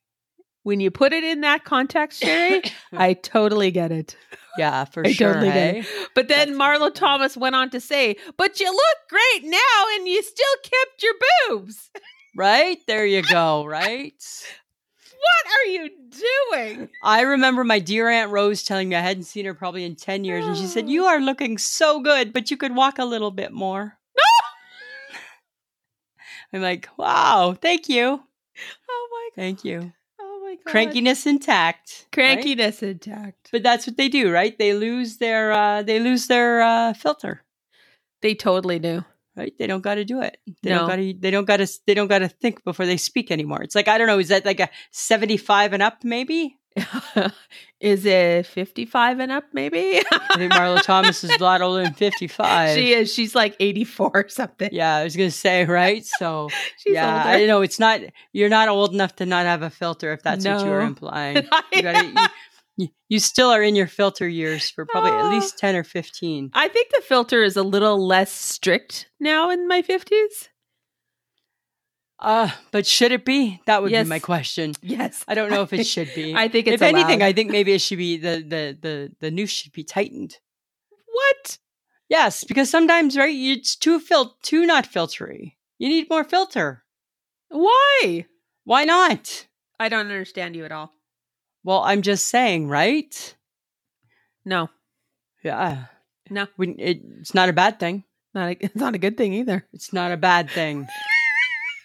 Speaker 2: when you put it in that context, Sherry, I totally get it.
Speaker 1: yeah, for
Speaker 2: I
Speaker 1: sure.
Speaker 2: totally get
Speaker 1: hey?
Speaker 2: But then
Speaker 1: That's
Speaker 2: Marlo
Speaker 1: funny.
Speaker 2: Thomas went on to say, but you look great now and you still kept your boobs. *laughs*
Speaker 1: Right there, you go. Right.
Speaker 2: What are you
Speaker 1: *laughs*
Speaker 2: doing?
Speaker 1: I remember my dear Aunt Rose telling me I hadn't seen her probably in 10 years. And she said, You are looking so good, but you could walk a little bit more.
Speaker 2: *laughs*
Speaker 1: I'm like, Wow, thank you.
Speaker 2: Oh my God.
Speaker 1: Thank you.
Speaker 2: Oh my God.
Speaker 1: Crankiness intact. right?
Speaker 2: Crankiness intact.
Speaker 1: But that's what they do, right? They lose their uh, they lose their uh, filter,
Speaker 2: They totally knew. *laughs*
Speaker 1: right? They don't got to do it. They
Speaker 2: No.
Speaker 1: don't got to. They don't got to. They don't got to think before they speak anymore. It's like I don't know. Is that like a seventy-five and up? Maybe.
Speaker 2: Is it 55 and up, maybe? *laughs*
Speaker 1: I think Marlo Thomas is a lot older than fifty-five.
Speaker 2: she is. She's like 84 or something.
Speaker 1: yeah, I was gonna say right. So
Speaker 2: *laughs* She's
Speaker 1: yeah,
Speaker 2: older.
Speaker 1: I know it's not. You're not old enough to not have a filter, if that's what you were
Speaker 2: No.
Speaker 1: implying.
Speaker 2: *laughs*
Speaker 1: You, gotta, you, you still are in your filter years for probably at
Speaker 2: Ah.
Speaker 1: least ten or fifteen.
Speaker 2: I think the filter is a little less strict now in my 50s.
Speaker 1: Uh, but should it be? That would
Speaker 2: Yes.
Speaker 1: be my question.
Speaker 2: Yes.
Speaker 1: I don't know if it should be.
Speaker 2: *laughs* I think it's
Speaker 1: if anything,
Speaker 2: allowed.
Speaker 1: I think maybe it should be the the the the noose should be tightened.
Speaker 2: What?
Speaker 1: Yes, because sometimes right, you- it's too fil- too not filtery. You need more filter.
Speaker 2: Why?
Speaker 1: Why not?
Speaker 2: I don't understand you at all.
Speaker 1: Well, I'm just saying, right?
Speaker 2: No.
Speaker 1: Yeah.
Speaker 2: No.
Speaker 1: Wouldn't- it, it's not a bad thing.
Speaker 2: Not a, *laughs* it's not a good thing either.
Speaker 1: It's not a bad thing.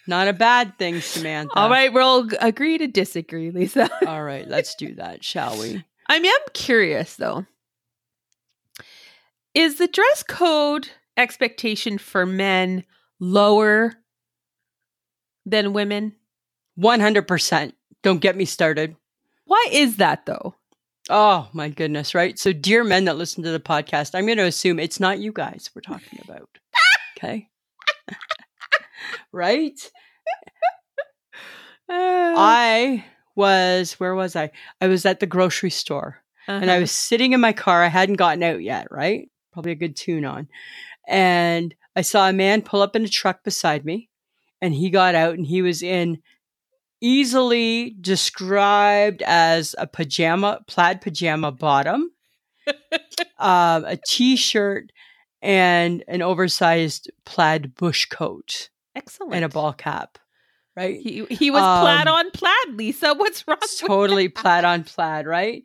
Speaker 1: not a bad thing, Samantha.
Speaker 2: All right, we'll g- agree to disagree, *laughs* Lisa.
Speaker 1: All right, let's do that, shall we?
Speaker 2: I mean, I'm curious though. Is the dress code expectation for men lower than women?
Speaker 1: 100%. Don't get me started.
Speaker 2: Why is that though?
Speaker 1: Oh my goodness, right? So, dear men that listen to the podcast, I'm going to assume it's not you guys we're talking about. Okay. *laughs* right?
Speaker 2: Uh,
Speaker 1: I was, where was I? I was at the grocery store
Speaker 2: Uh-huh.
Speaker 1: and I was sitting in my car. I hadn't gotten out yet, right? Probably a good tune on. And I saw a man pull up in a truck beside me and he got out and he was in easily described as a pajama, plaid pajama bottom, um, a t shirt, and an oversized plaid bush coat
Speaker 2: excellent.
Speaker 1: and a ball cap, right?
Speaker 2: He, he was
Speaker 1: Um,
Speaker 2: plaid on plaid, Lisa. What's wrong? *laughs*
Speaker 1: It's totally plaid on plaid, right?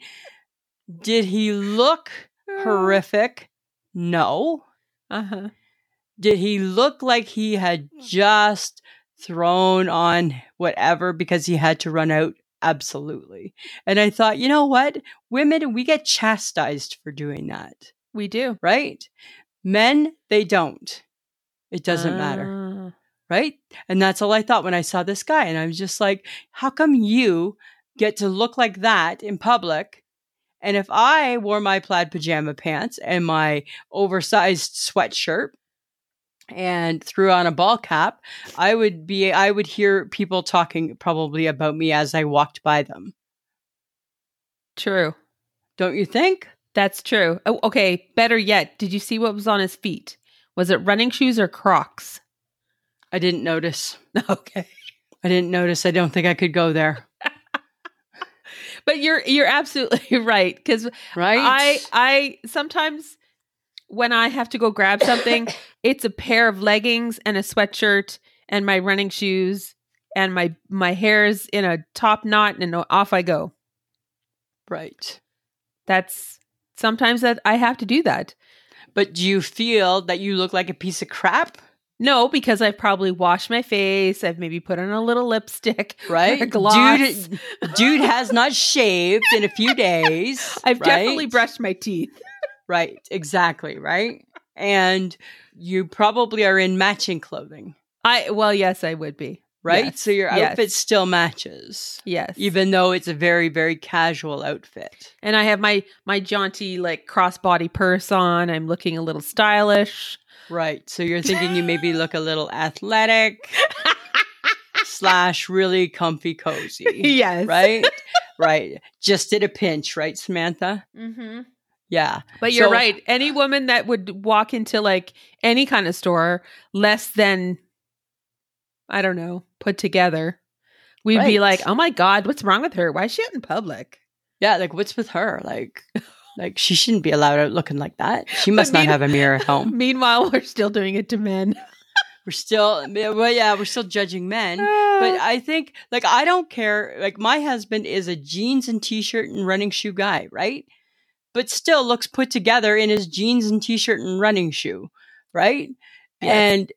Speaker 1: Did he look
Speaker 2: Ah.
Speaker 1: horrific? No.
Speaker 2: Uh huh.
Speaker 1: Did he look like he had just thrown on whatever because he had to run out? Absolutely. And I thought, you know what? Women, we get chastised for doing that,
Speaker 2: We do.
Speaker 1: right? Men, they don't. It doesn't matter
Speaker 2: Uh,
Speaker 1: right? And that's all I thought when I saw this guy. And I was just like, how come you get to look like that in public? And if I wore my plaid pajama pants and my oversized sweatshirt and threw on a ball cap, I would be, I would hear people talking probably about me as I walked by them.
Speaker 2: True.
Speaker 1: Don't you think?
Speaker 2: That's true. Oh, okay. Better yet, did you see what was on his feet? Was it running shoes or Crocs? *laughs*
Speaker 1: I didn't notice.
Speaker 2: Okay.
Speaker 1: I didn't notice. I don't think I could go there.
Speaker 2: But you're you're absolutely *laughs* right because
Speaker 1: Right?
Speaker 2: I I sometimes when I have to go
Speaker 1: *coughs*
Speaker 2: grab something, it's a pair of leggings and a sweatshirt and my running shoes and my my hair's in a top knot and off I go.
Speaker 1: right.
Speaker 2: That's sometimes that I have to do that.
Speaker 1: But do you feel that you look like a piece of crap?
Speaker 2: No, because I've probably washed my face. I've maybe put on a little lipstick. *laughs*
Speaker 1: right?
Speaker 2: or gloss.
Speaker 1: Dude, dude has not shaved in a few days.
Speaker 2: *laughs* I've
Speaker 1: right?
Speaker 2: definitely brushed my teeth.
Speaker 1: Right, exactly, right? And you probably are in matching clothing,
Speaker 2: I well, yes, I would be.
Speaker 1: right?
Speaker 2: Yes,
Speaker 1: So your
Speaker 2: yes.
Speaker 1: outfit still matches,
Speaker 2: Yes,
Speaker 1: even though it's a very, very casual outfit.
Speaker 2: and I have my my jaunty like crossbody purse on. I'm looking a little stylish.
Speaker 1: Right. So you're thinking you maybe look a little
Speaker 2: *laughs*
Speaker 1: athletic slash really comfy cozy.
Speaker 2: yes,
Speaker 1: Right? Right. Just at a pinch, right, Samantha?
Speaker 2: hmm
Speaker 1: Yeah.
Speaker 2: But you're
Speaker 1: So-
Speaker 2: right. Any woman that would walk into like any kind of store less than I don't know put together, we'd be
Speaker 1: Right.
Speaker 2: like, "Oh my god, what's wrong with her? Why is she out in public?"
Speaker 1: Yeah, like what's with her? Like, *laughs* like she shouldn't be allowed out looking like that. She must not
Speaker 2: mean-
Speaker 1: have a mirror at home.
Speaker 2: Meanwhile, *laughs* we're still doing it to men.
Speaker 1: *laughs* We're still, well, yeah, we're still judging men.
Speaker 2: Ah.
Speaker 1: But I think, like, I don't care. Like, my husband is a jeans and t-shirt and running shoe guy, right? But still looks put together in his jeans and t-shirt and running shoe, right?
Speaker 2: Yes.
Speaker 1: And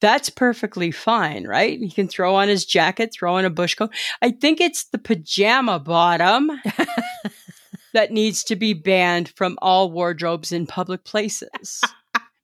Speaker 1: that's perfectly fine, right? He can throw on his jacket, throw on a bush coat. I think it's the pajama bottom that needs to be banned from all wardrobes in public places.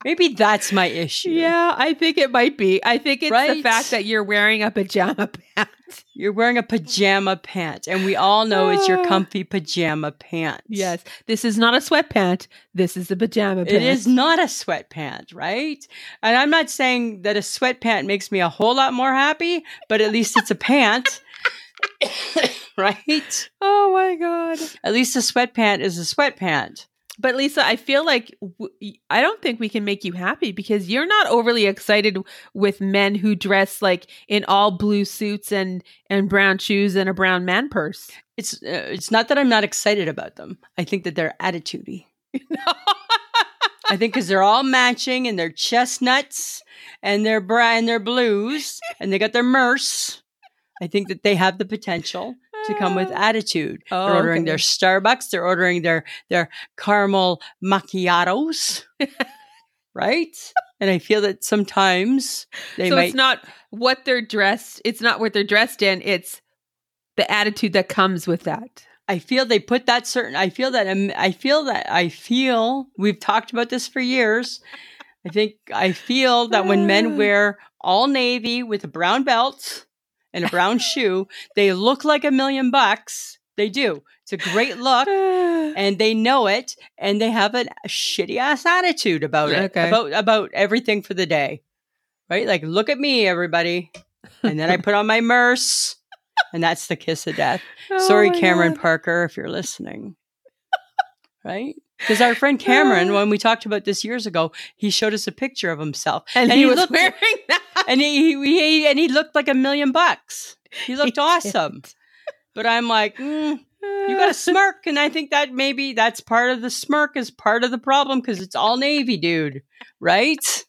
Speaker 1: Maybe that's my issue.
Speaker 2: Yeah, I think it might be. I think it's the
Speaker 1: Right?
Speaker 2: fact that you're wearing a pajama *laughs* pants.
Speaker 1: You're wearing a pajama pant, and we all know it's your
Speaker 2: Ah.
Speaker 1: comfy pajama pants.
Speaker 2: yes, this is not a sweatpant. This is a pajama pant.
Speaker 1: It is not a sweatpant, right? And I'm not saying that a sweatpant makes me a whole lot more happy, but at least it's a
Speaker 2: *laughs*
Speaker 1: pant, *coughs* right?
Speaker 2: Oh my god.
Speaker 1: At least a sweatpant is a sweatpant.
Speaker 2: But Lisa, I feel like w- I don't think we can make you happy because you're not overly excited with men who dress like in all blue suits and and brown shoes and a brown man purse.
Speaker 1: It's uh, it's not that I'm not excited about them. I think that they're
Speaker 2: *laughs*
Speaker 1: attitudey. I think because they're all matching and they're chestnuts and they're bra and they're blues and they got their merce. I think that they have the potential to come with attitude.
Speaker 2: Oh,
Speaker 1: they're ordering
Speaker 2: okay.
Speaker 1: their Starbucks. They're ordering their their caramel
Speaker 2: *laughs*
Speaker 1: macchiatos, right? And I feel that sometimes they
Speaker 2: so
Speaker 1: might
Speaker 2: it's not what they're dressed. It's not what they're dressed in. It's the attitude that comes with that.
Speaker 1: I feel they put that certain. I feel that. Um, I feel that. I feel we've talked about this for years. I think I feel that when men wear all navy with a brown belt and a brown shoe, they look like a million bucks. They do. It's a great look,
Speaker 2: Uh,
Speaker 1: and they know it, and they have a shitty ass attitude about it,
Speaker 2: Okay.
Speaker 1: about about everything for the day, right? Like, look at me, everybody, and then I put on my merce, and that's the kiss of death.
Speaker 2: Oh
Speaker 1: Sorry, Cameron Parker, if you're listening. right? Because our friend Cameron, when we talked about this years ago, he showed us a picture of himself,
Speaker 2: And,
Speaker 1: And
Speaker 2: he,
Speaker 1: he
Speaker 2: was
Speaker 1: looked-
Speaker 2: wearing *laughs* that.
Speaker 1: and he, he, he- and he looked like a million bucks. He looked
Speaker 2: did.
Speaker 1: awesome. But I'm like, mm, you
Speaker 2: *laughs*
Speaker 1: got a smirk, and I think that maybe that's part of the smirk is part of the problem because it's all navy, dude. Right?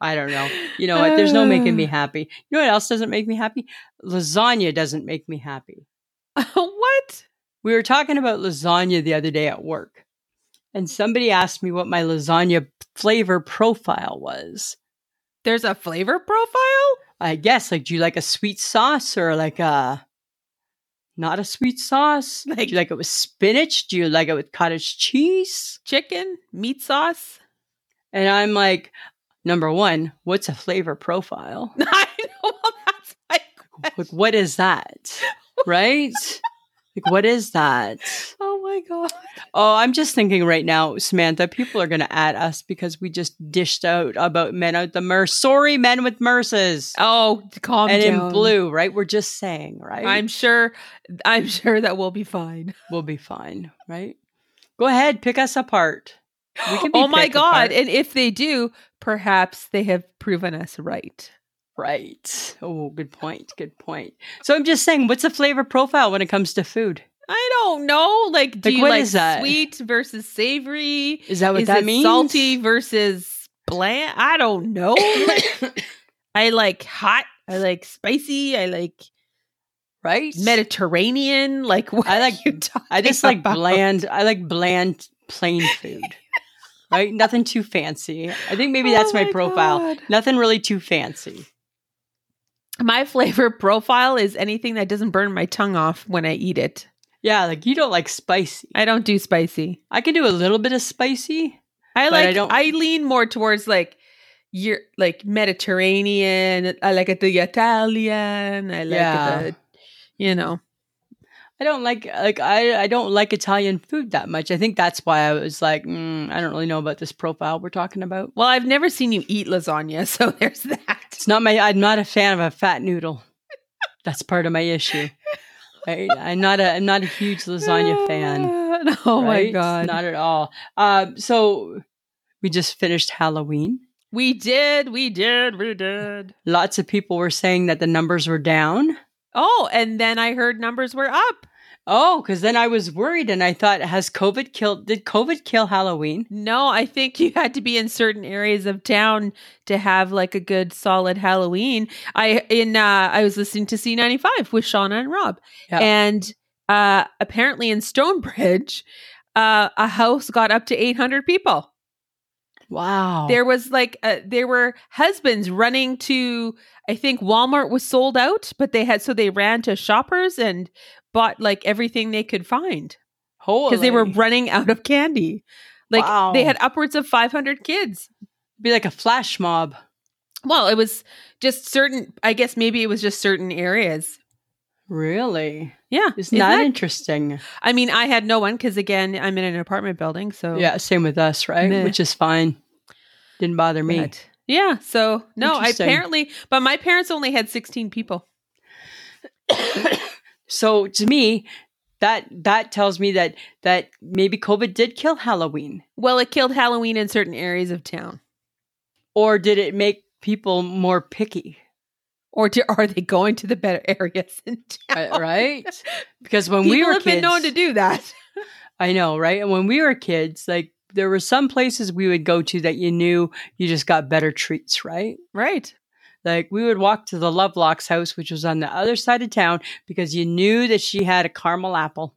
Speaker 1: I don't know. You know what? There's no making me happy. You know what else doesn't make me happy? Lasagna doesn't make me happy. *laughs*
Speaker 2: what?
Speaker 1: We were talking about lasagna the other day at work, and somebody asked me what my lasagna flavor profile was.
Speaker 2: There's a flavor profile.
Speaker 1: I guess, like, do you like a sweet sauce or like a not a sweet sauce? Like, do you like it with spinach? Do you like it with cottage cheese?
Speaker 2: chicken, meat
Speaker 1: *laughs*
Speaker 2: sauce.
Speaker 1: And I'm like, number one, what's a flavor profile?
Speaker 2: *laughs* I know well, that's like,
Speaker 1: Like, what is that? Right? like, what is that?
Speaker 2: oh my god.
Speaker 1: Oh, I'm just thinking right now, Samantha, people are going to at us because we just dished out about men out the merce. Sorry, men with merces.
Speaker 2: Oh, calm
Speaker 1: and
Speaker 2: down.
Speaker 1: in blue, right? We're just saying, right?
Speaker 2: I'm sure. I'm sure that we'll
Speaker 1: *laughs*
Speaker 2: be fine.
Speaker 1: we'll be fine, right? Go ahead, pick us apart. We can be
Speaker 2: *gasps* oh my
Speaker 1: picked
Speaker 2: god!
Speaker 1: apart.
Speaker 2: And if they do, perhaps they have proven us right.
Speaker 1: right. Oh, good point. Good point. So I'm just saying, what's the flavor profile when it comes to food?
Speaker 2: I don't know. Like, do
Speaker 1: Like,
Speaker 2: you
Speaker 1: what
Speaker 2: like
Speaker 1: is that?
Speaker 2: sweet versus savory?
Speaker 1: Is that what
Speaker 2: is
Speaker 1: that
Speaker 2: it
Speaker 1: means?
Speaker 2: salty versus bland? I
Speaker 1: *laughs*
Speaker 2: don't know. *coughs* I like hot. I like spicy. I like
Speaker 1: *coughs* right?
Speaker 2: Mediterranean. Like *laughs* what?
Speaker 1: I
Speaker 2: are
Speaker 1: like-
Speaker 2: you talking
Speaker 1: I just
Speaker 2: *laughs*
Speaker 1: like
Speaker 2: about?
Speaker 1: bland. I like bland plain
Speaker 2: *laughs*
Speaker 1: food. right? Nothing too fancy. I think maybe that's
Speaker 2: Oh
Speaker 1: my,
Speaker 2: my
Speaker 1: profile.
Speaker 2: God.
Speaker 1: Nothing really too fancy.
Speaker 2: My *laughs* flavor profile is anything that doesn't burn my tongue off when I eat it.
Speaker 1: Yeah, like you don't like spicy.
Speaker 2: I don't do spicy.
Speaker 1: I can do a little bit of spicy.
Speaker 2: I
Speaker 1: But I
Speaker 2: like I,
Speaker 1: don't-
Speaker 2: lean more towards like your like Mediterranean. I like it the Italian. I like
Speaker 1: Yeah.
Speaker 2: the you know.
Speaker 1: I don't like like I I don't like Italian food that much. I think that's why I was like, mm, I don't really know about this profile we're talking about.
Speaker 2: Well, I've never seen you eat lasagna, *laughs* so there's that.
Speaker 1: It's not my. I'm not a fan of a fat noodle. That's part of my issue. Right? I'm not a I'm not a huge lasagna fan.
Speaker 2: *laughs* Oh my
Speaker 1: right?
Speaker 2: god.
Speaker 1: not at all. Um, so we just finished Halloween.
Speaker 2: we did, we did, we did.
Speaker 1: Lots of people were saying that the numbers were down.
Speaker 2: Oh, and then I heard numbers were up.
Speaker 1: Oh, because then I was worried and I thought, has COVID killed? Did COVID kill Halloween?
Speaker 2: No, I think you had to be in certain areas of town to have like a good solid Halloween. I in uh I was listening to C95 with Shauna and Rob.
Speaker 1: Yeah.
Speaker 2: And uh apparently in Stonebridge, uh a house got up to 800 people.
Speaker 1: Wow.
Speaker 2: There was like uh there were husbands running to I think Walmart was sold out, but they had so they ran to shoppers and bought like everything they could find because they were
Speaker 1: Holy.
Speaker 2: running out of candy. Like
Speaker 1: Wow.
Speaker 2: they had upwards of 500 kids
Speaker 1: be like a flash mob.
Speaker 2: Well, it was just certain. I guess maybe it was just certain areas.
Speaker 1: Really?
Speaker 2: Yeah,
Speaker 1: It's
Speaker 2: Isn't
Speaker 1: not e-
Speaker 2: that-
Speaker 1: interesting.
Speaker 2: I mean, I had no one because again, I'm in an apartment building, so
Speaker 1: Yeah, same with us, right?
Speaker 2: Meh.
Speaker 1: Which is fine. Didn't bother me.
Speaker 2: but- yeah, so no, I
Speaker 1: Interesting.
Speaker 2: apparently, but my parents only had 16 people.
Speaker 1: so to me, that that tells me that that maybe COVID did kill Halloween,
Speaker 2: Well, it killed Halloween in certain areas of town.
Speaker 1: or did it make people more
Speaker 2: *laughs*
Speaker 1: picky?
Speaker 2: Or to, are they going to the better *laughs* areas in
Speaker 1: Right-
Speaker 2: town?
Speaker 1: uh, Right? Because er, when
Speaker 2: People
Speaker 1: we were
Speaker 2: have
Speaker 1: kids,
Speaker 2: been known to do that. *laughs*
Speaker 1: I know, right? And when we were kids, like there were some places we would go to that you knew you just got better treats, right?
Speaker 2: Right.
Speaker 1: Like we would walk to the Lovelock's house, which was on the other side of town, because you knew that she had a caramel apple.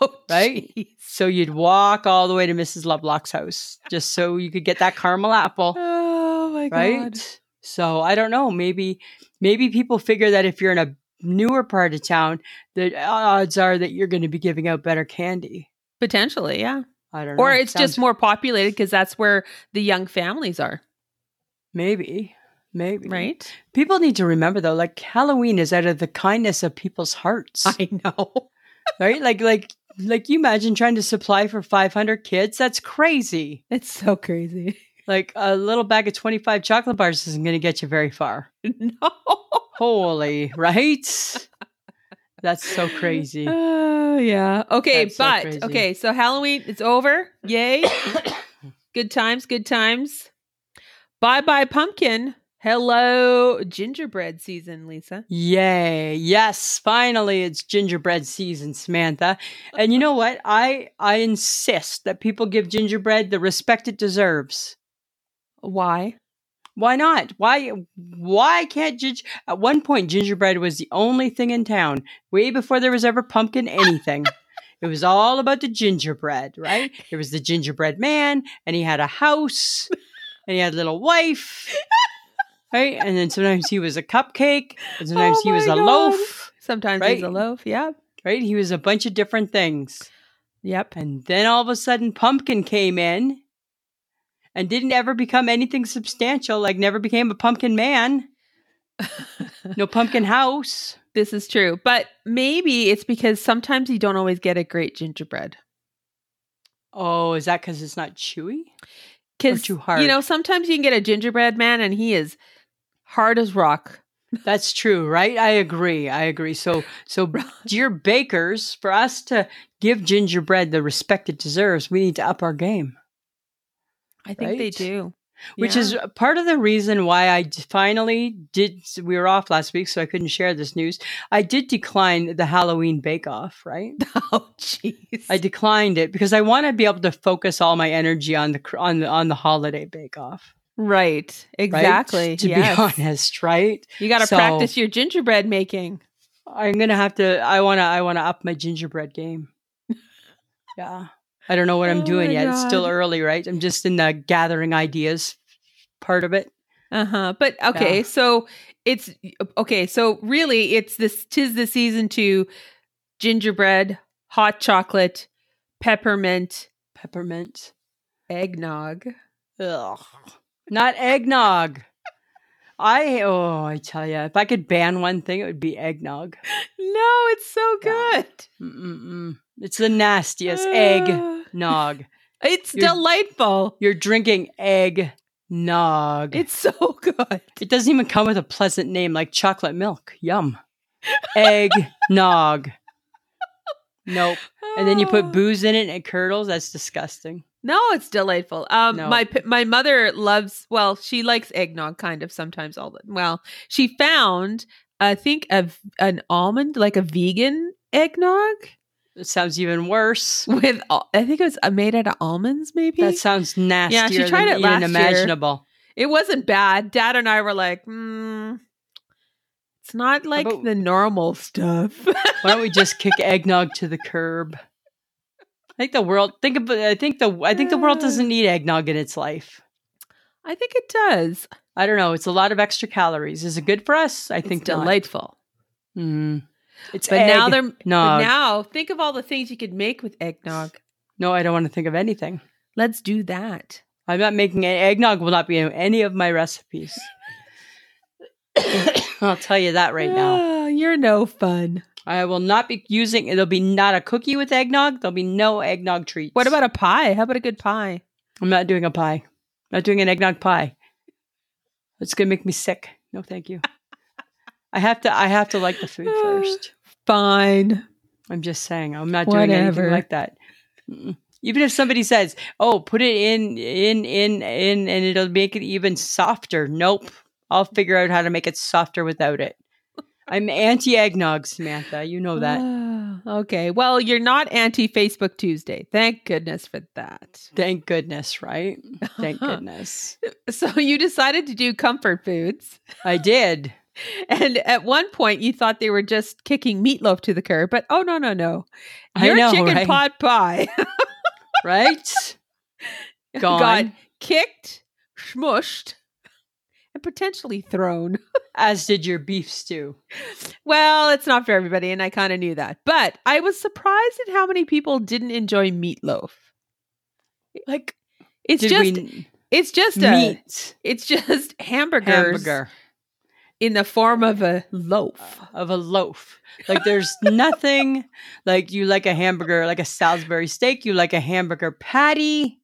Speaker 2: Oh,
Speaker 1: Right?
Speaker 2: jeez.
Speaker 1: So you'd walk all the way to Mrs. Lovelock's house just so you could get that caramel apple,
Speaker 2: Oh my
Speaker 1: right?
Speaker 2: god.
Speaker 1: So I don't know. Maybe maybe people figure that if you're in a newer part of town, the odds are that you're going to be giving out better candy.
Speaker 2: Potentially, yeah.
Speaker 1: I don't know.
Speaker 2: Or it's
Speaker 1: Sounds-
Speaker 2: just more populated because that's where the young families are,
Speaker 1: maybe maybe
Speaker 2: right?
Speaker 1: People need to remember though, like Halloween is out of the kindness of people's hearts,
Speaker 2: *laughs* I *laughs* know.
Speaker 1: right? Like, like, like you imagine trying to supply for 500 kids. That's crazy.
Speaker 2: It's so crazy. *laughs*
Speaker 1: Like a little bag of 25 chocolate bars isn't going to get you very far.
Speaker 2: no.
Speaker 1: Holy, right? That's so crazy.
Speaker 2: Oh, yeah. Okay,
Speaker 1: That's so
Speaker 2: but
Speaker 1: crazy.
Speaker 2: okay, so Halloween it's over. *coughs* Yay. good times, good times. Bye bye pumpkin. Hello gingerbread season, Lisa.
Speaker 1: Yay. Yes, finally it's gingerbread season, Samantha. And you know what? I I insist that people give gingerbread the respect it deserves.
Speaker 2: Why?
Speaker 1: Why not? Why why can't ginger at one point gingerbread was the only thing in town way before there was ever pumpkin
Speaker 2: *laughs*
Speaker 1: anything. it was all about the gingerbread, right? There was the gingerbread man and he had a house and he had a little wife. Right? And then sometimes he was a cupcake, and
Speaker 2: *laughs*
Speaker 1: sometimes he was a
Speaker 2: Oh my God.
Speaker 1: loaf,
Speaker 2: Sometimes it's a
Speaker 1: Right.
Speaker 2: loaf. Yep.
Speaker 1: right? He was a bunch of different things.
Speaker 2: Yep.
Speaker 1: And then all of a sudden pumpkin came in and didn't ever become anything substantial, like never became a pumpkin man. No pumpkin house.
Speaker 2: this is true. But maybe it's because sometimes you don't always get a great gingerbread.
Speaker 1: Oh, is that because it's not chewy?
Speaker 2: Because
Speaker 1: too hard.
Speaker 2: You know, sometimes you can get a gingerbread man and he is hard as rock.
Speaker 1: That's true, right? I agree. I agree. So, so dear bakers, for us to give gingerbread the respect it deserves, we need to up our game,
Speaker 2: I think they
Speaker 1: Right?
Speaker 2: do.
Speaker 1: which
Speaker 2: Yeah.
Speaker 1: is *laughs* uh, part of the reason why I d- finally did. We were off last week, so I couldn't share this news. I did decline the Halloween bake off,
Speaker 2: *laughs*
Speaker 1: right?
Speaker 2: oh jeez.
Speaker 1: I declined it because I want to be able to focus all my energy on the cr- on the on the holiday bake off.
Speaker 2: Right. Exactly.
Speaker 1: *laughs* To
Speaker 2: yes.
Speaker 1: be honest, right?
Speaker 2: You got to
Speaker 1: So-
Speaker 2: practice your gingerbread making.
Speaker 1: I'm gonna have to. I wanna. I wanna up my gingerbread
Speaker 2: *laughs*
Speaker 1: game. yeah, I don't know what I'm
Speaker 2: Oh
Speaker 1: doing
Speaker 2: my
Speaker 1: yet. It's still
Speaker 2: God.
Speaker 1: early, right? I'm just in the gathering ideas part of it.
Speaker 2: Uh huh. But okay,
Speaker 1: Yeah.
Speaker 2: so it's okay. So really, it's this tis the season to gingerbread, hot chocolate, peppermint,
Speaker 1: Peppermint.
Speaker 2: eggnog.
Speaker 1: Ugh. Not eggnog. I oh, I tell you, if I could ban one thing, it would be eggnog.
Speaker 2: No, it's so
Speaker 1: Yeah.
Speaker 2: good.
Speaker 1: Mm-mm-mm. It's the
Speaker 2: *sighs*
Speaker 1: nastiest egg
Speaker 2: Ah,
Speaker 1: nog.
Speaker 2: It's
Speaker 1: You're- *laughs*
Speaker 2: delightful.
Speaker 1: You're drinking egg nog.
Speaker 2: It's so *laughs* good.
Speaker 1: It doesn't even come with a pleasant name like chocolate milk. Yum. Egg nog. Nope. And then you
Speaker 2: *sighs* Ah.
Speaker 1: put booze in it and it curdles. That's disgusting.
Speaker 2: No, it's delightful. Um,
Speaker 1: No.
Speaker 2: my p- my mother loves. Well, she likes eggnog, kind of sometimes. All the, well, she found I think a v- an almond, like a vegan eggnog
Speaker 1: It sounds even worse.
Speaker 2: with al- I think it was uh, made out of almonds. Maybe
Speaker 1: That sounds nastier
Speaker 2: Yeah, she tried
Speaker 1: than
Speaker 2: it
Speaker 1: even
Speaker 2: last year.
Speaker 1: imaginable.
Speaker 2: it wasn't bad. Dad and I were like, mm, it's not like
Speaker 1: about-
Speaker 2: the normal stuff. *laughs*
Speaker 1: Why don't we just kick eggnog to the curb? I think the world think about I think the I think the world
Speaker 2: *sighs*
Speaker 1: doesn't need eggnog in its life.
Speaker 2: I think it does.
Speaker 1: I don't know. It's a lot of extra calories. Is it good for us? I think
Speaker 2: it's
Speaker 1: not.
Speaker 2: delightful.
Speaker 1: Mm. It's
Speaker 2: But now they're but
Speaker 1: eggnog.
Speaker 2: now think of all the things you could make with eggnog.
Speaker 1: no, I don't want to think of anything.
Speaker 2: Let's do that.
Speaker 1: I'm not making any eggnog will not be in any of my recipes. *coughs* I'll tell you that right
Speaker 2: *sighs*
Speaker 1: now.
Speaker 2: Ah, you're no fun.
Speaker 1: I will not be using there'll be not a cookie with eggnog. There'll be no eggnog treats.
Speaker 2: What about a pie? How about a good pie?
Speaker 1: I'm not doing a pie. I'm not doing an eggnog pie. It's gonna make me sick. No, thank
Speaker 2: *laughs*
Speaker 1: you. I have to I have to like the
Speaker 2: *sighs*
Speaker 1: food first.
Speaker 2: Fine.
Speaker 1: I'm just saying. I'm not doing anything
Speaker 2: Whatever.
Speaker 1: like that. Mm-mm. Even if somebody says, "Oh, put it in, in, in, in, and it'll make it even softer," nope. I'll figure out how to make it softer without
Speaker 2: *laughs*
Speaker 1: it. I'm anti eggnog, Samantha. You
Speaker 2: Oh,
Speaker 1: know that.
Speaker 2: Ah, okay. Well, you're not anti Facebook Tuesday. Thank goodness for that. *laughs*
Speaker 1: Thank goodness, right? Thank goodness.
Speaker 2: So you decided to do comfort foods.
Speaker 1: I did.
Speaker 2: And at one point you thought they were just kicking meatloaf to the curb, but oh no, no, no. Your
Speaker 1: I know,
Speaker 2: chicken
Speaker 1: right?
Speaker 2: pot pie *laughs*
Speaker 1: right? Gone.
Speaker 2: got kicked, smushed, and potentially thrown.
Speaker 1: As did your beef stew.
Speaker 2: Well, it's not for everybody, and I kind of knew that. But I was surprised at how many people didn't enjoy meatloaf.
Speaker 1: Like
Speaker 2: It's
Speaker 1: did
Speaker 2: just
Speaker 1: we
Speaker 2: it's just a
Speaker 1: meat
Speaker 2: it's *laughs* just hamburgers
Speaker 1: hamburger Uh.
Speaker 2: in the form of a loaf.
Speaker 1: of a loaf. Like there's *laughs* nothing like you like a hamburger, like a Salisbury steak. You like a hamburger patty.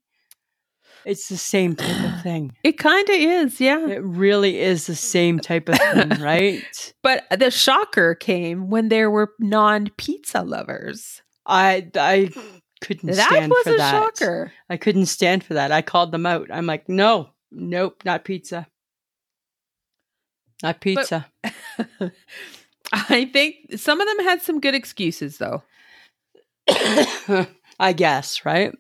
Speaker 1: It's the same type of
Speaker 2: *sighs*
Speaker 1: thing.
Speaker 2: It kind of is, yeah.
Speaker 1: It really is the same type of
Speaker 2: *laughs*
Speaker 1: thing, right?
Speaker 2: But the shocker came when there were non-pizza lovers.
Speaker 1: I I couldn't
Speaker 2: That
Speaker 1: stand
Speaker 2: was
Speaker 1: for
Speaker 2: a
Speaker 1: that. *laughs*
Speaker 2: shocker.
Speaker 1: I couldn't stand for that. I called them out. I'm like, no, nope, not pizza. Not pizza. *coughs*
Speaker 2: I think some of them had some good excuses though,
Speaker 1: I guess, right?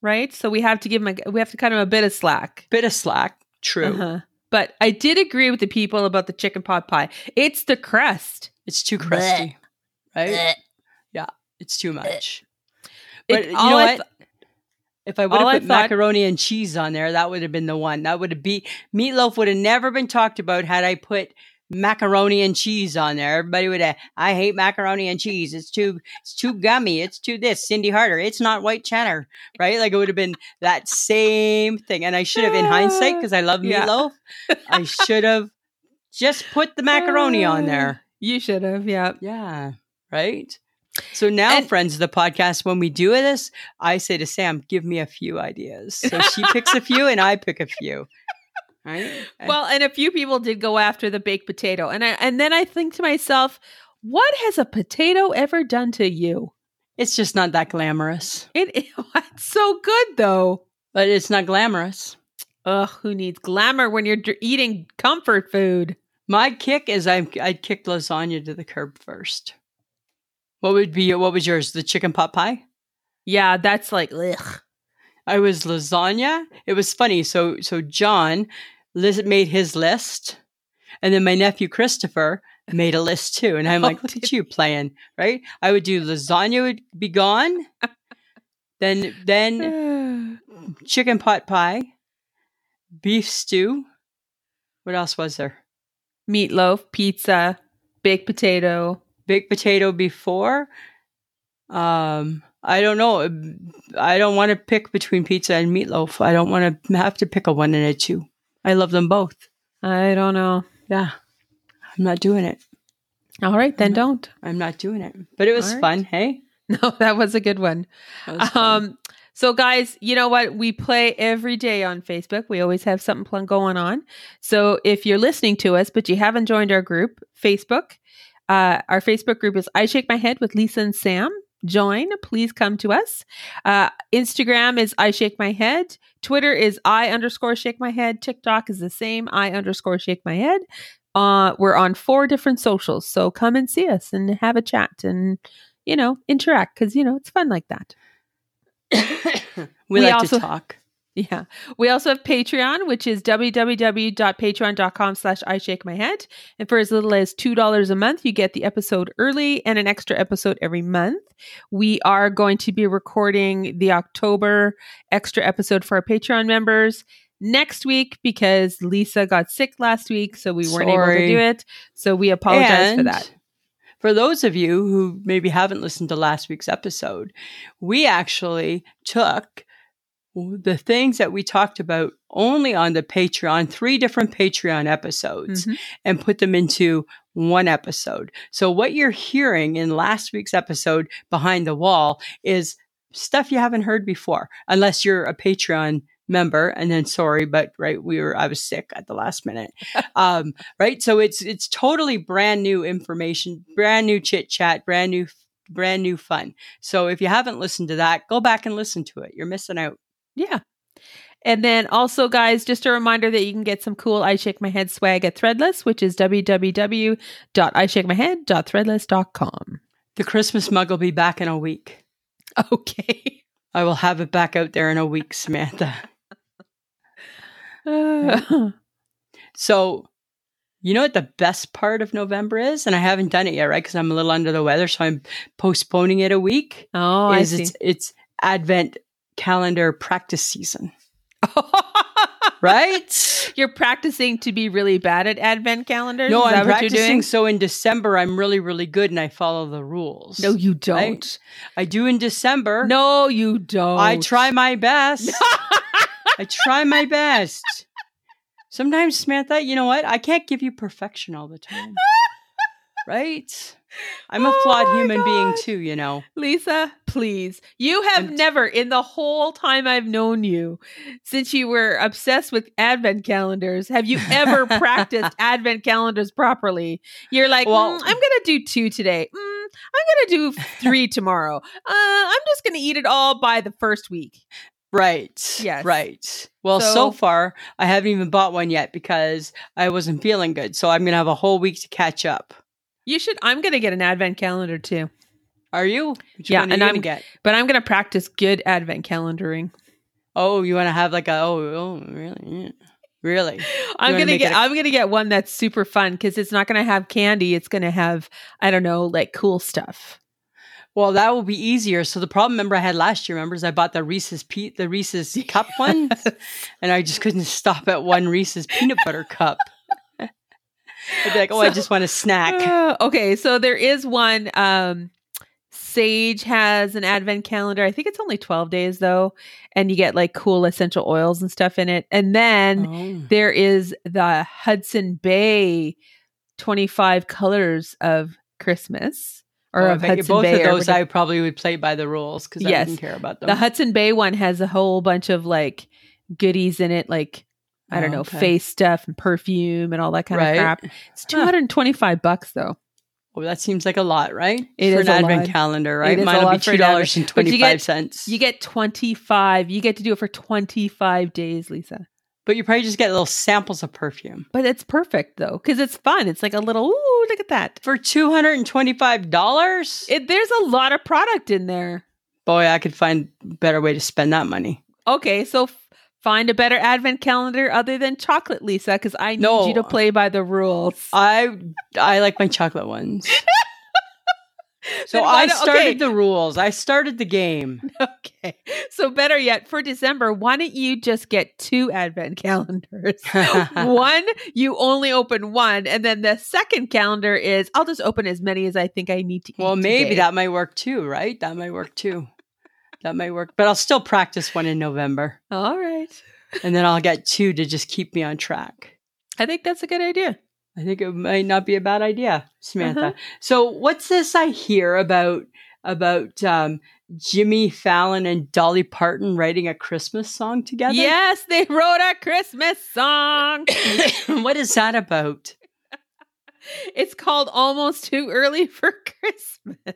Speaker 2: right? So we have to give them a, we have to cut them a bit of slack.
Speaker 1: Bit of slack. True.
Speaker 2: Uh-huh. But I did agree with the people about the chicken pot pie. It's the crust.
Speaker 1: It's too crusty, right? Yeah, it's too much.
Speaker 2: It-
Speaker 1: But you
Speaker 2: all
Speaker 1: know
Speaker 2: I
Speaker 1: what?
Speaker 2: th-
Speaker 1: If I would have
Speaker 2: all I
Speaker 1: put
Speaker 2: thought-
Speaker 1: macaroni and cheese on there, that would have been the one. That would have be meatloaf would have never been talked about had I put macaroni and cheese on there. Everybody would have. I hate macaroni and cheese. It's too. It's too gummy. It's too this. Cindy Harder. It's not white cheddar, right? Like it would have been that same thing. And I should have, in hindsight, because I love
Speaker 2: Yeah.
Speaker 1: meatloaf, I *laughs* should have just put the macaroni on there.
Speaker 2: You should have, yeah.
Speaker 1: Yeah. Right. So now,
Speaker 2: And-
Speaker 1: friends of the podcast, when we do this, I say to Sam, give me a few ideas. So she picks a few and I pick a few. Right.
Speaker 2: Well, and a few people did go after the baked potato. And I and then I think to myself, what has a potato ever done to you?
Speaker 1: it's just not that glamorous,
Speaker 2: It, *laughs* it's so good though.
Speaker 1: but it's not glamorous.
Speaker 2: Ugh, who needs glamour when you're dr- eating comfort food?
Speaker 1: My kick is I'm, I'd kick lasagna to the curb first. What would be what was yours? The chicken pot pie?
Speaker 2: Yeah, that's like ugh.
Speaker 1: I was lasagna. It was funny. So so John lis- made his list, and then my nephew Christopher made a list too. And I'm like,
Speaker 2: Oh,
Speaker 1: look
Speaker 2: did
Speaker 1: at you playing, right? I would do lasagna would be gone, then
Speaker 2: *laughs*
Speaker 1: then chicken pot pie, beef stew. What else was there?
Speaker 2: Meatloaf, pizza, baked potato.
Speaker 1: baked potato before. Um, I don't know. I don't want to pick between pizza and meatloaf. I don't want to have to pick a one and a two. I love them both.
Speaker 2: I don't know.
Speaker 1: Yeah. I'm not doing it.
Speaker 2: All right, then don't.
Speaker 1: I'm not doing it. But it was
Speaker 2: All right.
Speaker 1: fun, hey?
Speaker 2: *laughs* No, that was a good one.
Speaker 1: That was fun.
Speaker 2: Um, so guys, you know what? We play every day on Facebook. We always have something fun going on. So if you're listening to us, but you haven't joined our group, Facebook, uh, our Facebook group is I Shake My Head with Lisa and Sam. Join, please come to us. Uh, Instagram is I Shake My Head. Twitter is I underscore Shake My Head. TikTok is the same I underscore Shake My Head. Uh, we're on four different socials, so come and see us and have a chat and you know interact because you know it's fun like that.
Speaker 1: *coughs* *coughs* we,
Speaker 2: we
Speaker 1: like
Speaker 2: also-
Speaker 1: to talk.
Speaker 2: Yeah. We also have Patreon, which is www.patreon.com slash I shake my head. And for as little as $2 a month, you get the episode early and an extra episode every month. We are going to be recording the October extra episode for our Patreon members next week because Lisa got sick last week, so we weren't able to
Speaker 1: Sorry.
Speaker 2: do it. So we apologize for
Speaker 1: And
Speaker 2: that.
Speaker 1: For those of you who maybe haven't listened to last week's episode, we actually took the things that we talked about only on the Patreon, three different Patreon episodes,
Speaker 2: Mhm.
Speaker 1: and put them into one episode. So, what you're hearing in last week's episode, Behind the Wall, is stuff you haven't heard before, unless you're a Patreon member and then sorry but right we were i was sick at the last
Speaker 2: *laughs*
Speaker 1: minute um right so it's it's totally brand new information brand new chit chat brand new brand new fun so if you haven't listened to that go back and listen to it you're missing out
Speaker 2: Yeah. And then also, guys, just a reminder that you can get some cool I Shake My Head swag at Threadless, which is www.ishakemyhead.threadless.com.
Speaker 1: The Christmas mug will be back in a week.
Speaker 2: *laughs* Okay.
Speaker 1: I will have it back out there in a week, Samantha.
Speaker 2: *laughs* Uh,
Speaker 1: So, you know what the best part of November is? And I haven't done it yet, right? Because I'm a little under the weather, so I'm postponing it a week.
Speaker 2: oh, I
Speaker 1: is
Speaker 2: see.
Speaker 1: it's, it's Advent calendar practice season, right?
Speaker 2: *laughs* you're practicing to be really bad at advent calendars?
Speaker 1: no,
Speaker 2: is that
Speaker 1: I'm
Speaker 2: what you're
Speaker 1: practicing.
Speaker 2: doing?
Speaker 1: So in December, I'm really, really good and I follow the rules.
Speaker 2: No, you don't.
Speaker 1: I do in December.
Speaker 2: No, you don't.
Speaker 1: I *laughs* try my
Speaker 2: *laughs*
Speaker 1: best. I try my best. Sometimes, Samantha, you know what? I can't give you perfection all the
Speaker 2: *laughs*
Speaker 1: time. Right? I'm a
Speaker 2: Oh
Speaker 1: flawed
Speaker 2: my
Speaker 1: human being
Speaker 2: God.
Speaker 1: too, you know.
Speaker 2: Lisa, please. You have
Speaker 1: I'm-
Speaker 2: never, in the whole time I've known you, since you were obsessed with advent calendars, have you
Speaker 1: *laughs*
Speaker 2: ever practiced advent calenders properly? You're like,
Speaker 1: Well-
Speaker 2: "Mm, I'm going to do two today. Mm, I'm going
Speaker 1: *laughs*
Speaker 2: to do three tomorrow. Uh, I'm just going to eat it all by the first week.
Speaker 1: Right.
Speaker 2: Yes.
Speaker 1: Right. Well, so,
Speaker 2: So-
Speaker 1: far, I haven't even bought one yet because I wasn't feeling good. So I'm going to have a whole week to catch up.
Speaker 2: You should, I'm going to get an advent calendar too,
Speaker 1: Are you? Which
Speaker 2: Yeah,
Speaker 1: one are
Speaker 2: and
Speaker 1: you
Speaker 2: I'm-
Speaker 1: gonna get.
Speaker 2: but I'm going to practice good advent calendaring.
Speaker 1: Oh, you want to have like a, oh, oh really? Yeah. Really? wanna
Speaker 2: I'm gonna
Speaker 1: make
Speaker 2: get
Speaker 1: it a-
Speaker 2: I'm gonna get one that's super fun because it's not gonna have candy. It's gonna have I don't know like cool stuff.
Speaker 1: Well, that will be easier. So the problem, remember, I had last year. Remember, is I bought the Reese's pe- the
Speaker 2: *laughs*
Speaker 1: Reese's cup one, and I just couldn't stop at one Reese's peanut butter cup. *laughs* I'd be like, oh, I
Speaker 2: So-
Speaker 1: just want a
Speaker 2: *laughs*
Speaker 1: snack.
Speaker 2: Uh, okay, so there is one. Um, Sage has an advent calendar. I think it's only twelve days though, and you get like cool essential oils and stuff in it. And then
Speaker 1: Oh.
Speaker 2: there is the Hudson Bay twenty five colors of Christmas or
Speaker 1: Oh, I
Speaker 2: of
Speaker 1: bet you
Speaker 2: Hudson
Speaker 1: both
Speaker 2: Bay.
Speaker 1: of
Speaker 2: or
Speaker 1: those,
Speaker 2: whatever.
Speaker 1: I probably would play by the rules because I
Speaker 2: Yes.
Speaker 1: didn't care about them.
Speaker 2: The Hudson Bay one has a whole bunch of like goodies in it, like I don't
Speaker 1: Oh,
Speaker 2: know,
Speaker 1: okay.
Speaker 2: face stuff and perfume and all that kind
Speaker 1: Right.
Speaker 2: of crap. It's two hundred and twenty-five bucks though.
Speaker 1: Oh, that seems like a lot, right?
Speaker 2: It
Speaker 1: for
Speaker 2: is a
Speaker 1: an advent
Speaker 2: lot.
Speaker 1: calendar, right?
Speaker 2: is a
Speaker 1: Mine will be
Speaker 2: lot for
Speaker 1: two
Speaker 2: an
Speaker 1: dollars and
Speaker 2: advent- but
Speaker 1: twenty
Speaker 2: you get-
Speaker 1: five cents.
Speaker 2: You get twenty-five. You get to do it for twenty-five days, Lisa.
Speaker 1: but you probably just get little samples of perfume
Speaker 2: But it's perfect though, because it's fun. It's like a little ooh, look at that.
Speaker 1: for two hundred and twenty five dollars.
Speaker 2: It, there's a lot of product in there.
Speaker 1: Boy, I could find a better way to spend that money.
Speaker 2: Okay, so f- find a better advent calendar other than chocolate, Lisa, because I need
Speaker 1: No. Uh,
Speaker 2: you to play by
Speaker 1: *laughs*
Speaker 2: the rules.
Speaker 1: I I like my chocolate
Speaker 2: *laughs*
Speaker 1: ones. So
Speaker 2: Then why
Speaker 1: I
Speaker 2: don't-
Speaker 1: started
Speaker 2: okay.
Speaker 1: the rules. I started the
Speaker 2: *laughs*
Speaker 1: game.
Speaker 2: *laughs* Okay. So better yet, for December, why don't you just get two
Speaker 1: *laughs*
Speaker 2: advent *laughs* calendars? one, you only open one, and then the second calendar is I'll just open as many as I think I need to. eat
Speaker 1: well, maybe
Speaker 2: today.
Speaker 1: that might work too, right? That might work too. That might work. But I'll still practice one in November
Speaker 2: All right.
Speaker 1: and then I'll get two to just keep me on track.
Speaker 2: I think that's a good idea.
Speaker 1: I think it might not be a bad idea, Samantha. So what's this I hear about about um, Jimmy Fallon and Dolly Parton writing a Christmas song together?
Speaker 2: Yes, they wrote a Christmas
Speaker 1: *laughs*
Speaker 2: song.
Speaker 1: *coughs* what is that about?
Speaker 2: it's called Almost Too Early for Christmas.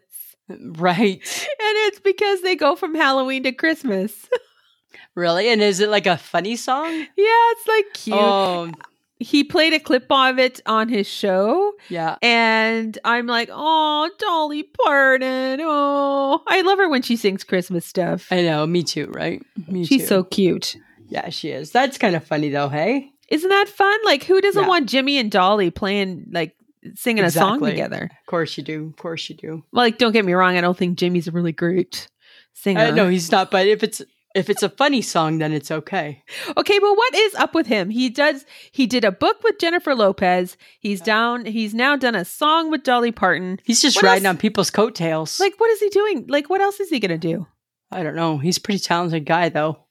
Speaker 1: Right.
Speaker 2: And it's because they go from Halloween to Christmas. *laughs*
Speaker 1: Really? And is it like a funny song?
Speaker 2: yeah, it's like cute.
Speaker 1: *laughs* Oh,
Speaker 2: He played a clip of it on his show.
Speaker 1: yeah.
Speaker 2: And I'm like, oh, Dolly Parton. Oh, I love her when she sings Christmas stuff.
Speaker 1: I know. Me too, right? Me
Speaker 2: She's
Speaker 1: too.
Speaker 2: so cute.
Speaker 1: Yeah, she is. That's kind of funny though, hey?
Speaker 2: Isn't that fun? Like, who doesn't
Speaker 1: Yeah.
Speaker 2: want Jimmy and Dolly playing, like, singing a song
Speaker 1: Exactly.
Speaker 2: together?
Speaker 1: Of course you do. Of course you do.
Speaker 2: Well, like, don't get me wrong. I don't think Jimmy's a really great singer.
Speaker 1: Uh, no, he's not, but if it's if it's a funny song, then it's okay.
Speaker 2: Okay, but what is up with him? He does. He did a book with Jennifer Lopez. He's
Speaker 1: Yeah.
Speaker 2: down. He's now done a song with Dolly Parton.
Speaker 1: He's just
Speaker 2: What
Speaker 1: riding
Speaker 2: else-
Speaker 1: on people's coattails.
Speaker 2: Like, what is he doing? Like, what else is he gonna do? *laughs*
Speaker 1: I don't know. He's a pretty talented guy though.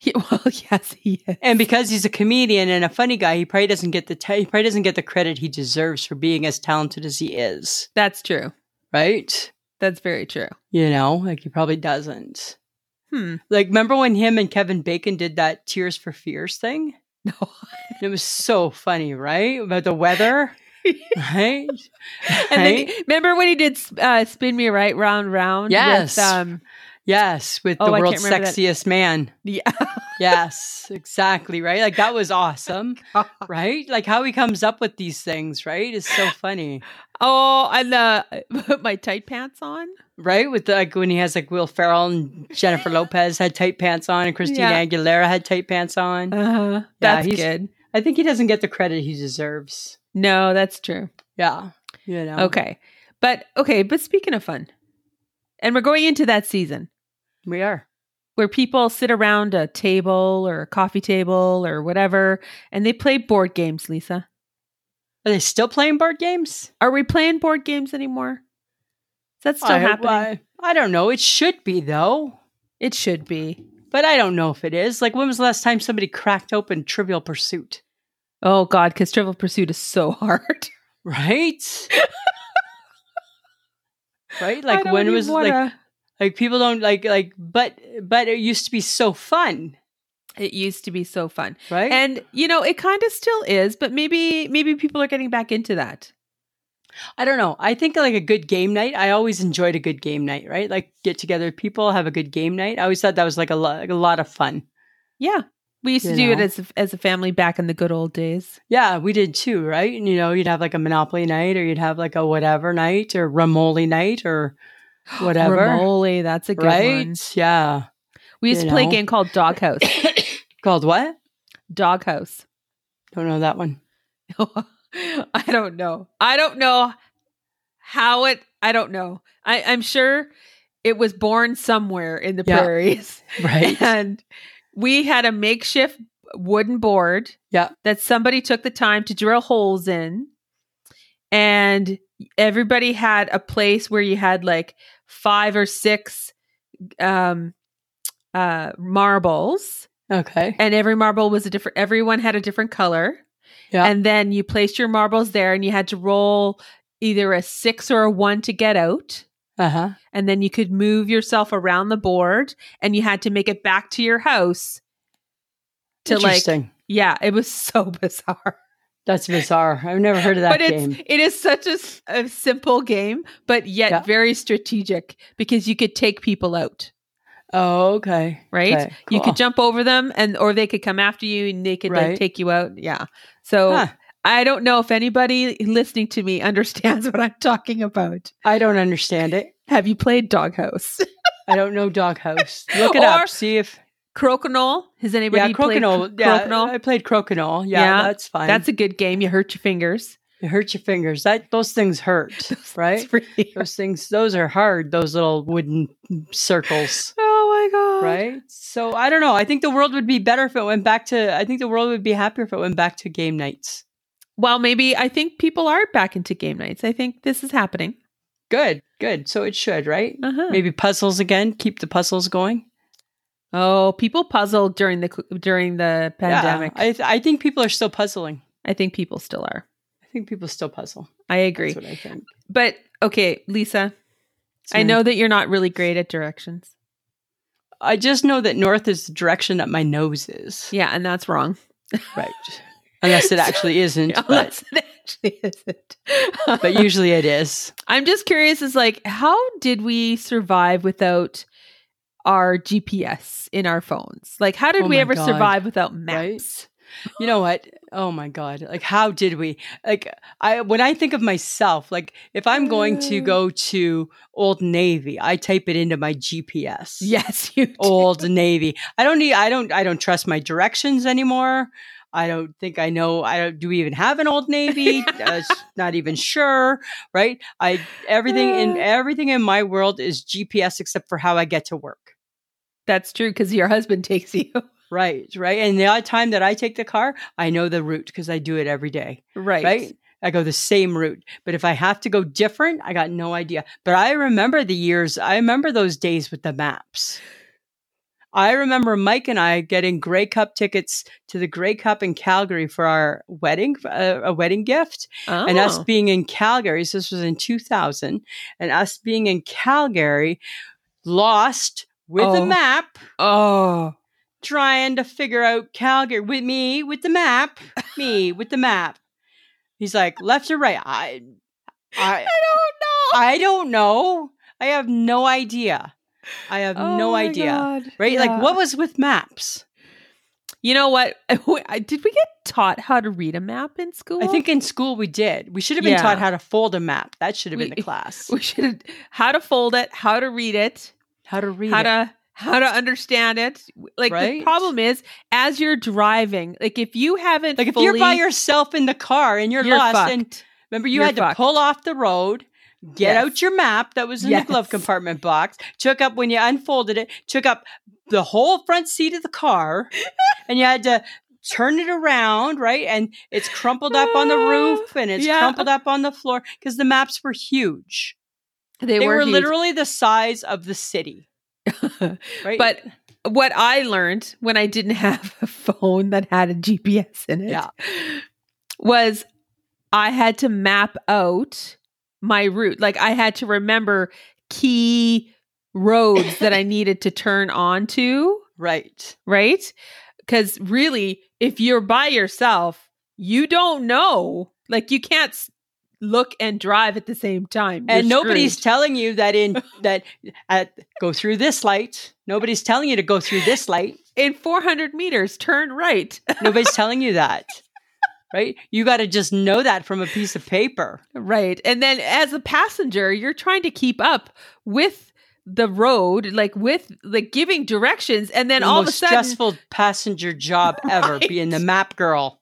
Speaker 2: He, well, *laughs* yes, he is.
Speaker 1: And because he's a comedian and a funny guy, he probably doesn't get the ta- he probably doesn't get the credit he deserves for being as talented as he is,
Speaker 2: That's true.
Speaker 1: right?
Speaker 2: That's very true.
Speaker 1: You know, like he probably doesn't.
Speaker 2: Hmm.
Speaker 1: Like remember when him and Kevin Bacon did that Tears for Fears
Speaker 2: *laughs*
Speaker 1: thing?
Speaker 2: No.
Speaker 1: And it was so funny, right? About the
Speaker 2: *laughs*
Speaker 1: weather, right?
Speaker 2: And then
Speaker 1: Right?
Speaker 2: he- remember when he did uh, "Spin Me Right Round Round"?
Speaker 1: Yes.
Speaker 2: With, um,
Speaker 1: yes, with
Speaker 2: Oh,
Speaker 1: the
Speaker 2: I can't
Speaker 1: world's
Speaker 2: remember that.
Speaker 1: sexiest man.
Speaker 2: yeah. *laughs*
Speaker 1: Yes, exactly, right? Like that was
Speaker 2: *laughs*
Speaker 1: awesome, right? Like how he comes up with these things, right? Is so funny.
Speaker 2: Oh, and uh, *laughs* put my tight pants on.
Speaker 1: Right? With the, like when he has like Will Ferrell and Jennifer Lopez had tight pants on and Christina
Speaker 2: Yeah.
Speaker 1: Aguilera had tight pants on.
Speaker 2: Uh-huh.
Speaker 1: Yeah,
Speaker 2: That's
Speaker 1: he's-
Speaker 2: good.
Speaker 1: I think he doesn't get the credit he deserves.
Speaker 2: No, that's true.
Speaker 1: Yeah. You know.
Speaker 2: Okay, but okay, but speaking of fun, and we're going into that season
Speaker 1: We are.
Speaker 2: where people sit around a table or a coffee table or whatever, and they play board games. Lisa,
Speaker 1: Are they still playing board games?
Speaker 2: are we playing board games anymore? Is that still
Speaker 1: I-
Speaker 2: happening?
Speaker 1: I, I don't know. It should be though.
Speaker 2: It should be.
Speaker 1: But I don't know if it is. Like when was the last time somebody cracked open Trivial Pursuit?
Speaker 2: Oh God, because Trivial Pursuit is so *laughs* hard.
Speaker 1: Right? *laughs* right?
Speaker 2: I
Speaker 1: Like
Speaker 2: don't
Speaker 1: when
Speaker 2: even
Speaker 1: was like
Speaker 2: wanna-
Speaker 1: like people don't like like but but it used to be so fun,
Speaker 2: it used to be so fun,
Speaker 1: right?
Speaker 2: and you know it kind of still is, but maybe maybe people are getting back into that.
Speaker 1: I don't know. I think like a good game night. I always enjoyed a good game night, right? Like get together with people, have a good game night. I always thought that was like a lot, like a lot of fun.
Speaker 2: Yeah, we used to
Speaker 1: You
Speaker 2: do it
Speaker 1: know.
Speaker 2: as a, as a family back in the good old days.
Speaker 1: Yeah, we did too, right? And you know, you'd have like a Monopoly night, or you'd have like a whatever night, or Ramoli night,
Speaker 2: *gasps*
Speaker 1: or whatever,
Speaker 2: Remoli, that's a good
Speaker 1: right?
Speaker 2: one.
Speaker 1: Yeah,
Speaker 2: We used
Speaker 1: You
Speaker 2: to play a
Speaker 1: know.
Speaker 2: game called *laughs* Doghouse.
Speaker 1: called what?
Speaker 2: Doghouse.
Speaker 1: Don't know that one.
Speaker 2: *laughs* I don't know. I don't know how it. I don't know. I, I'm sure it was born somewhere in the
Speaker 1: Yeah.
Speaker 2: prairies.
Speaker 1: Right?
Speaker 2: and we had a makeshift wooden board
Speaker 1: Yeah.
Speaker 2: that somebody took the time to drill holes in and everybody had a place where you had like five or six um uh marbles
Speaker 1: okay.
Speaker 2: and every marble was a different everyone had a different color
Speaker 1: Yeah.
Speaker 2: and then you placed your marbles there and you had to roll either a six or a one to get out
Speaker 1: Uh huh.
Speaker 2: and then you could move yourself around the board and you had to make it back to your house to like
Speaker 1: Interesting.
Speaker 2: yeah it was *laughs* so bizarre
Speaker 1: That's bizarre. I've never heard of that
Speaker 2: but it's
Speaker 1: game.
Speaker 2: it is such a, s- a simple game but yet
Speaker 1: Yeah.
Speaker 2: very strategic because you could take people out
Speaker 1: Oh, okay.
Speaker 2: right
Speaker 1: Okay,
Speaker 2: you
Speaker 1: cool.
Speaker 2: could jump over them and or they could come after you and they could
Speaker 1: Right.
Speaker 2: like take you out yeah so
Speaker 1: Huh.
Speaker 2: i don't know if anybody listening to me *laughs* understands what i'm talking about
Speaker 1: I don't understand it.
Speaker 2: have you played doghouse *laughs*
Speaker 1: I don't know Doghouse. Look it up.
Speaker 2: Or-
Speaker 1: See if
Speaker 2: crokinole has anybody
Speaker 1: yeah,
Speaker 2: played
Speaker 1: crokinole.
Speaker 2: cro-
Speaker 1: yeah,
Speaker 2: crokinole?
Speaker 1: I played crokinole. Yeah,
Speaker 2: Yeah,
Speaker 1: that's fine.
Speaker 2: That's a good game. You hurt your fingers.
Speaker 1: it hurts your fingers. That *laughs* those things hurt, *laughs* right?
Speaker 2: It's really-
Speaker 1: Those things, those are hard. Those little wooden circles,
Speaker 2: oh my god.
Speaker 1: right? So I don't know. I think the world would be better if it went back to. I think the world would be happier if it went back to game nights.
Speaker 2: Well, maybe I think people are back into game nights. I think this is happening.
Speaker 1: Good, good. So it should, right?
Speaker 2: Uh-huh.
Speaker 1: Maybe puzzles again. Keep the puzzles going.
Speaker 2: Oh, people puzzled during the during the
Speaker 1: Yeah,
Speaker 2: pandemic.
Speaker 1: I, th- I think people are still puzzling.
Speaker 2: I, think people still are.
Speaker 1: I think people still puzzle.
Speaker 2: I agree.
Speaker 1: That's what I think.
Speaker 2: But okay, Lisa, I
Speaker 1: Sorry.
Speaker 2: know that you're not really great at directions.
Speaker 1: I just know that north is the direction that my nose is.
Speaker 2: Yeah, and that's wrong. *laughs*
Speaker 1: Right. Unless it actually isn't. but-
Speaker 2: Unless it *laughs* actually isn't.
Speaker 1: but usually it is.
Speaker 2: I'm just curious is like how did we survive without our GPS in our phones? Like how did
Speaker 1: Oh
Speaker 2: we
Speaker 1: my
Speaker 2: ever
Speaker 1: God.
Speaker 2: survive without
Speaker 1: Right?
Speaker 2: maps? *laughs*
Speaker 1: You know what? Oh my god! Like, how did we? Like, I when I think of myself, like if I'm going to go to Old Navy, I type it into my GPS.
Speaker 2: Yes, you did.
Speaker 1: Old Navy. I don't need. I don't. I don't trust my directions anymore. I don't think I know. I don't. Do we even have an Old Navy? uh, s- not even sure. Right? I everything in everything in my world is GPS except for how I get to work.
Speaker 2: That's true cuz your husband takes you.
Speaker 1: Right, right. And the odd time that I take the car, I know the route because I do it every day,
Speaker 2: Right.
Speaker 1: right. I go the same route. But if I have to go different, I got no idea. But I remember the years, I remember those days with the maps. I remember Mike and I getting Grey Cup tickets to the Grey Cup in Calgary for our wedding, uh, a wedding gift.
Speaker 2: Oh.
Speaker 1: And us being in Calgary, so this was in 2000, and us being in Calgary, lost with
Speaker 2: Oh.
Speaker 1: the map,
Speaker 2: oh.
Speaker 1: trying to figure out Calgary with me, with the map, me, with the map. He's like, left or right? I, I,
Speaker 2: don't
Speaker 1: I don't know. I have no idea. I have
Speaker 2: Oh
Speaker 1: no idea. Right? Like, what was with maps?
Speaker 2: You know what? *laughs* Did we get taught how to read a map in school?
Speaker 1: I think in school we did. We should have been
Speaker 2: Yeah.
Speaker 1: taught how to fold a map. That should have been
Speaker 2: We-
Speaker 1: the class.
Speaker 2: *laughs* we should how to fold it, how to read it,
Speaker 1: How to read
Speaker 2: how
Speaker 1: it.
Speaker 2: to how to understand it. Like
Speaker 1: Right?
Speaker 2: the problem is, as you're driving, like if you haven't
Speaker 1: Like if
Speaker 2: fully,
Speaker 1: you're by yourself in the car and you're, lost, and
Speaker 2: fucked.
Speaker 1: remember you
Speaker 2: You're
Speaker 1: had to
Speaker 2: fucked.
Speaker 1: pull off the road, get
Speaker 2: Yes.
Speaker 1: out your map that was in
Speaker 2: Yes.
Speaker 1: the glove compartment box, took up when you unfolded it, took up the whole front seat of the
Speaker 2: *laughs*
Speaker 1: car, and you had to turn it around, right? And it's crumpled up on the roof and it's
Speaker 2: Ah, Yeah.
Speaker 1: crumpled up on the floor because the maps were huge. They, were,
Speaker 2: huge.
Speaker 1: literally the size of the
Speaker 2: *laughs*
Speaker 1: city, right?
Speaker 2: But what I learned when I didn't *laughs* have a phone that had a GPS in it
Speaker 1: Yeah.
Speaker 2: was I had to map out my route. Like I had to remember key
Speaker 1: *laughs*
Speaker 2: roads that I needed to turn onto,
Speaker 1: right.
Speaker 2: right? Because really, if you're by yourself, you don't know. Like you can't s- look and drive at the same time. You're
Speaker 1: and nobody's
Speaker 2: screwed.
Speaker 1: telling you that
Speaker 2: *laughs*
Speaker 1: in that at go through this light. Nobody's telling you to go through this light.
Speaker 2: in 400 meters, turn right. *laughs*
Speaker 1: Nobody's telling you that. Right? You got to just know that from a piece of paper.
Speaker 2: Right. And then as a passenger, you're trying to keep up with the road, like with like giving directions. And then
Speaker 1: the
Speaker 2: all of
Speaker 1: most
Speaker 2: a sudden,
Speaker 1: stressful passenger job
Speaker 2: *laughs*
Speaker 1: ever
Speaker 2: Right.
Speaker 1: being the map girl.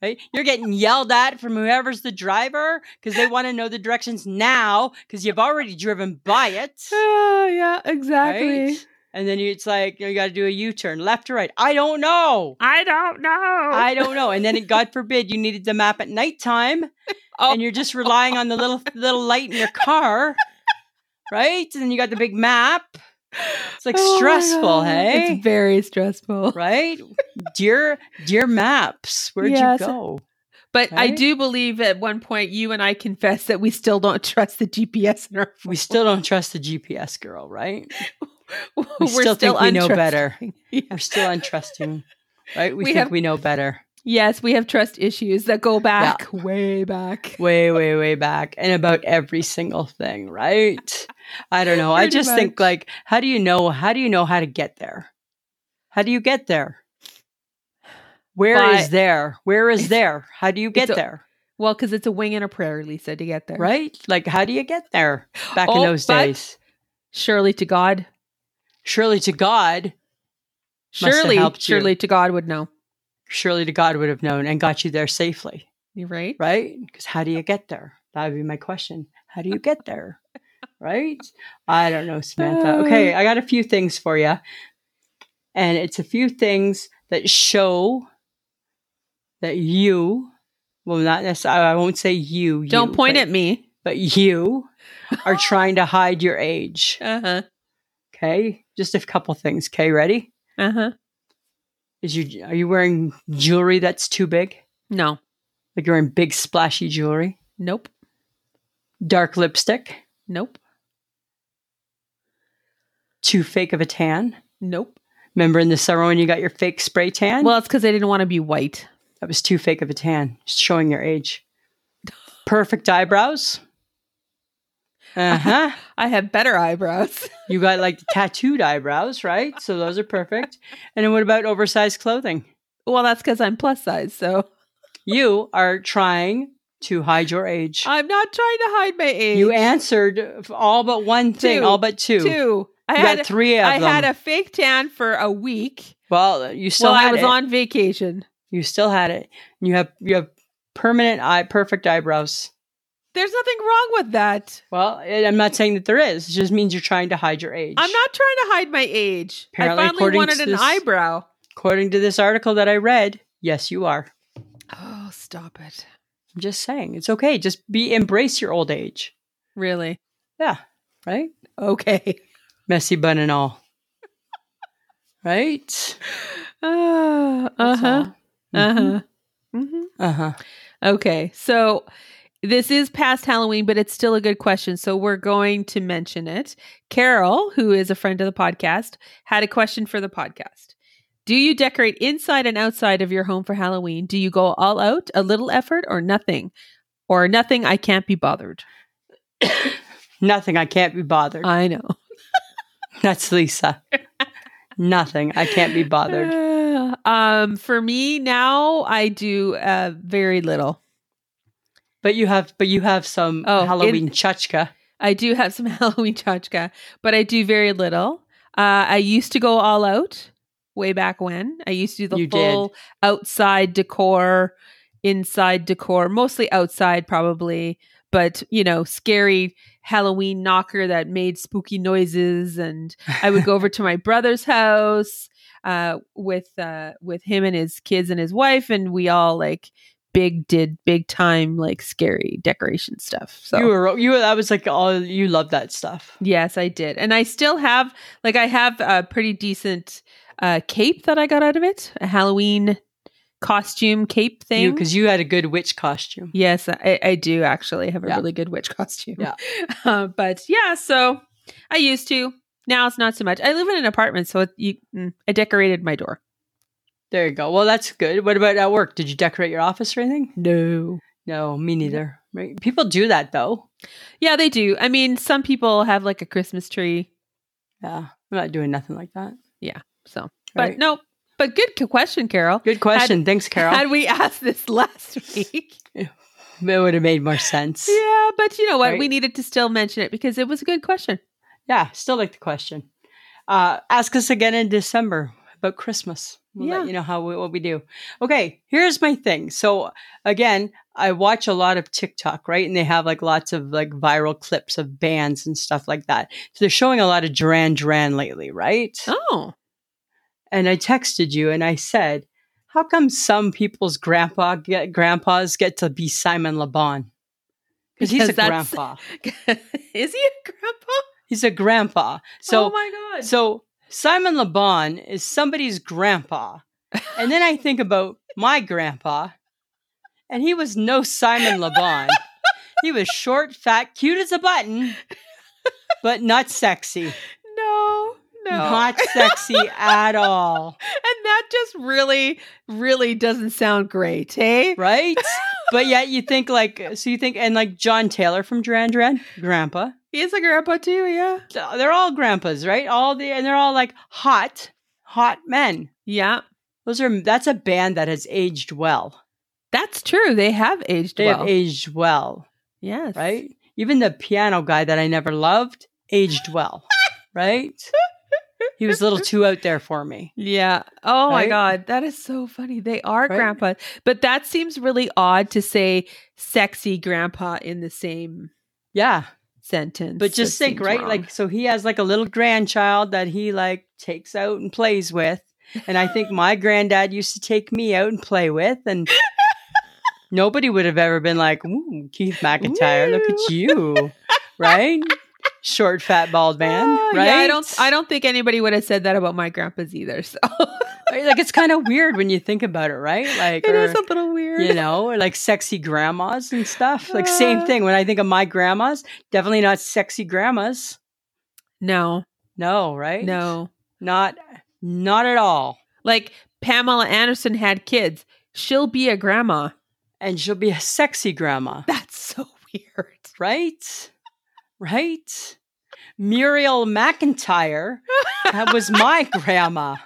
Speaker 1: Right? You're getting yelled at from whoever's the driver because they want to know the directions now because you've already driven by it.
Speaker 2: oh, yeah, exactly.
Speaker 1: Right? And then you, it's like, you, know, you got to do a U turn left or right. I don't know.
Speaker 2: I don't know.
Speaker 1: I don't know. And then, it, God forbid, you needed the map at nighttime,
Speaker 2: Oh.
Speaker 1: and you're just relying on the little little light in your car, right? And then you got the big map. It's like
Speaker 2: Oh my
Speaker 1: stressful,
Speaker 2: God.
Speaker 1: hey?
Speaker 2: It's very stressful.
Speaker 1: right? Dear, dear maps, where'd
Speaker 2: Yes.
Speaker 1: you go?
Speaker 2: But I
Speaker 1: Right?
Speaker 2: do believe at one point you and I confessed that we still don't *laughs* trust the GPS in our *laughs* phone.
Speaker 1: We still don't trust the GPS girl, right?
Speaker 2: We're
Speaker 1: We still think we know
Speaker 2: untrusting. *laughs*
Speaker 1: better.
Speaker 2: Yeah.
Speaker 1: We're still untrusting, right? We,
Speaker 2: We
Speaker 1: think
Speaker 2: have-
Speaker 1: we know better.
Speaker 2: Yes, we have trust issues that go back way back.
Speaker 1: way, way, way back and about every single thing, right? I don't know. I
Speaker 2: Pretty
Speaker 1: just think
Speaker 2: much.
Speaker 1: like, how do you know? How do you know how to get there? How do you get there? Where is
Speaker 2: By-
Speaker 1: there? Where is
Speaker 2: It's-
Speaker 1: there? How do you get
Speaker 2: a-
Speaker 1: there?
Speaker 2: Well, because it's a wing and a prayer, Lisa, to get there.
Speaker 1: Right? Like, how do you get there back in
Speaker 2: Oh,
Speaker 1: those
Speaker 2: but-
Speaker 1: days?
Speaker 2: Surely to God,
Speaker 1: Surely to God, Must have
Speaker 2: Surely,
Speaker 1: helped you.
Speaker 2: surely to God would know.
Speaker 1: surely to God would have known and got you there safely,
Speaker 2: You're right.
Speaker 1: right? Because how do you get there? That would be my question. How do you get
Speaker 2: *laughs*
Speaker 1: there? Right? I don't know, Samantha. Okay,
Speaker 2: Uh.
Speaker 1: I got a few things for you. And it's a few things that show that you, well, not necessarily, I won't say you. you,
Speaker 2: Don't point
Speaker 1: but-
Speaker 2: at me.
Speaker 1: But you
Speaker 2: *laughs*
Speaker 1: are trying to hide your age.
Speaker 2: Uh huh.
Speaker 1: Okay? Just a couple things. Okay, ready?
Speaker 2: Uh huh.
Speaker 1: Is you are you wearing jewelry that's too big?
Speaker 2: No.
Speaker 1: Like you're wearing big splashy jewelry?
Speaker 2: Nope.
Speaker 1: Dark lipstick?
Speaker 2: Nope.
Speaker 1: Too fake of a tan?
Speaker 2: Nope.
Speaker 1: Remember in the summer when you got your fake spray tan?
Speaker 2: Well, it's because I didn't want to be white.
Speaker 1: That was too fake of a tan, just showing your age. Perfect eyebrows. Uh huh.
Speaker 2: I have better eyebrows. *laughs*
Speaker 1: you got like tattooed eyebrows, right? So those are perfect. And then what about oversized clothing?
Speaker 2: well, that's because I'm plus size, so
Speaker 1: You are trying to hide your age.
Speaker 2: I'm not trying to hide my age.
Speaker 1: You answered all but one thing,
Speaker 2: Two.
Speaker 1: all but two. You
Speaker 2: Two. I
Speaker 1: got
Speaker 2: had
Speaker 1: three of
Speaker 2: I
Speaker 1: them.
Speaker 2: had a fake tan for a week
Speaker 1: well, you still
Speaker 2: while
Speaker 1: had
Speaker 2: I was
Speaker 1: it.
Speaker 2: on vacation.
Speaker 1: You still had it. And you have you have permanent eye, perfect eyebrows.
Speaker 2: There's nothing wrong with that.
Speaker 1: Well, I- I'm not saying that there is. It just means you're trying to hide your age.
Speaker 2: I'm not trying to hide my age.
Speaker 1: Apparently,
Speaker 2: I
Speaker 1: according
Speaker 2: finally wanted
Speaker 1: to
Speaker 2: an
Speaker 1: this-
Speaker 2: eyebrow.
Speaker 1: According to this article that I read, yes, you are.
Speaker 2: Oh, stop it.
Speaker 1: I'm just saying. It's okay. Just be embrace your old age, *sighs*
Speaker 2: Really?
Speaker 1: right? *laughs*
Speaker 2: Okay.
Speaker 1: Messy bun and all. *laughs* right? Uh-huh. Mm-hmm.
Speaker 2: Uh huh. Uh huh. hmm
Speaker 1: Uh huh.
Speaker 2: Okay. So this is past Halloween, but it's still a good question. So we're going to mention it. Carol, who is a friend of the podcast, had a question for the podcast. Do you decorate inside and outside of your home for Halloween? Do you go all out, a little effort, or nothing? Or nothing, I can't be bothered.
Speaker 1: Nothing. I can't be bothered.
Speaker 2: I know.
Speaker 1: That's Lisa. *laughs* Nothing. I can't be
Speaker 2: Uh.
Speaker 1: bothered.
Speaker 2: *sighs* Um, for me now, I do uh, very little.
Speaker 1: But you have, but you have some
Speaker 2: Oh, in-
Speaker 1: Halloween chachka.
Speaker 2: I do have some *laughs* Halloween tchotchka, but I do very little. Uh, I used to go all out way back when. I used to do the
Speaker 1: You did.
Speaker 2: full outside decor, inside decor, mostly outside probably, but you know, scary Halloween knocker that made spooky noises and I would go over
Speaker 1: *laughs*
Speaker 2: to my brother's house uh, with uh, with him and his kids and his wife, and we all like big did big time like scary decoration stuff. So
Speaker 1: You were, you were. That was like all. You love that stuff.
Speaker 2: yes, I did, and I still have like I have a pretty decent uh, cape that I got out of it, a Halloween costume cape thing.
Speaker 1: You because you had a good witch costume.
Speaker 2: Yes, I, I do actually have a
Speaker 1: Yeah.
Speaker 2: really good witch costume.
Speaker 1: Yeah.
Speaker 2: *laughs* Uh, but yeah, so I used to. Now it's not so much. I live in an apartment, so it, you, mm, I decorated my door.
Speaker 1: There you go. Well, that's good. What about at work? Did you decorate your office or anything?
Speaker 2: No.
Speaker 1: No, me neither. Right? People do that though.
Speaker 2: Yeah, they do. I mean, some people have like a Christmas tree.
Speaker 1: Yeah, I'm not doing nothing like that.
Speaker 2: So, but
Speaker 1: Right.
Speaker 2: no, but good c- question, Carol.
Speaker 1: Good question. Thanks, Carol.
Speaker 2: Had we *laughs* asked this last *laughs* week?
Speaker 1: it would have made more sense. Yeah.
Speaker 2: yeah, but you know what?
Speaker 1: Right.
Speaker 2: We needed to still mention it because it was a good question.
Speaker 1: still like the question. Uh, ask us again in December about Christmas. We'll
Speaker 2: Yeah.
Speaker 1: let you know how we, what we do. Okay, here's my thing. So again, I watch a lot of TikTok, right? And they have like lots of like viral clips of bands and stuff like that. So they're showing a lot of Duran Duran lately, right?
Speaker 2: Oh,
Speaker 1: and I texted you and I said, "How come some people's grandpa get, grandpas get to be Simon Laban? Because he's
Speaker 2: Because
Speaker 1: a
Speaker 2: that's-
Speaker 1: grandpa.
Speaker 2: *laughs* is he a grandpa?
Speaker 1: He's a grandpa. So
Speaker 2: oh my god!
Speaker 1: so Simon Laban is somebody's grandpa. And then I think about my grandpa, and he was no Simon Laban. he was short, fat, cute as a button, but not sexy.
Speaker 2: no, no, *laughs*
Speaker 1: Not sexy at all.
Speaker 2: And that just really, really doesn't sound great, eh? hey?
Speaker 1: right? but yet you think like so you think and like John Taylor from Duran Duran, grandpa.
Speaker 2: He is a grandpa too, yeah.
Speaker 1: So They're all grandpas, right? All the and they're all like hot, hot men.
Speaker 2: Yeah.
Speaker 1: Those are that's a band that has aged well.
Speaker 2: That's true. They have aged
Speaker 1: They
Speaker 2: well.
Speaker 1: have aged well,
Speaker 2: yes.
Speaker 1: right? Even the piano guy that I never loved aged well, right? He was a little too out there for me.
Speaker 2: Yeah. Oh my
Speaker 1: Right?
Speaker 2: god, that is so funny. They are
Speaker 1: Right?
Speaker 2: grandpa. But that seems really odd to say sexy grandpa in the same
Speaker 1: Yeah,
Speaker 2: sentence.
Speaker 1: but just
Speaker 2: That
Speaker 1: think,
Speaker 2: seems
Speaker 1: right?
Speaker 2: wrong.
Speaker 1: Like so he has like a little grandchild that he like takes out and plays with. And I think my granddad used to take me out and play with
Speaker 2: *laughs*
Speaker 1: and nobody would have ever been like, Ooh, Keith McIntyre, look at you. Right? Short fat bald man,
Speaker 2: Ah,
Speaker 1: right?
Speaker 2: Yeah, I don't I don't think anybody would have said that about my grandpas either. So
Speaker 1: Right? like it's kind of weird when you think about *laughs* it, right? Like
Speaker 2: it is
Speaker 1: or,
Speaker 2: a little weird. Ah.
Speaker 1: you know, or, like sexy grandmas and stuff. Like same thing when I think of my grandmas, definitely not sexy grandmas.
Speaker 2: No.
Speaker 1: No, right?
Speaker 2: No.
Speaker 1: Not not at all.
Speaker 2: Like Pamela Anderson had kids. She'll be a grandma. *laughs*
Speaker 1: And she'll be a sexy grandma,
Speaker 2: That's so weird.
Speaker 1: right? Right? Muriel McIntyre that was
Speaker 2: *laughs*
Speaker 1: my grandma.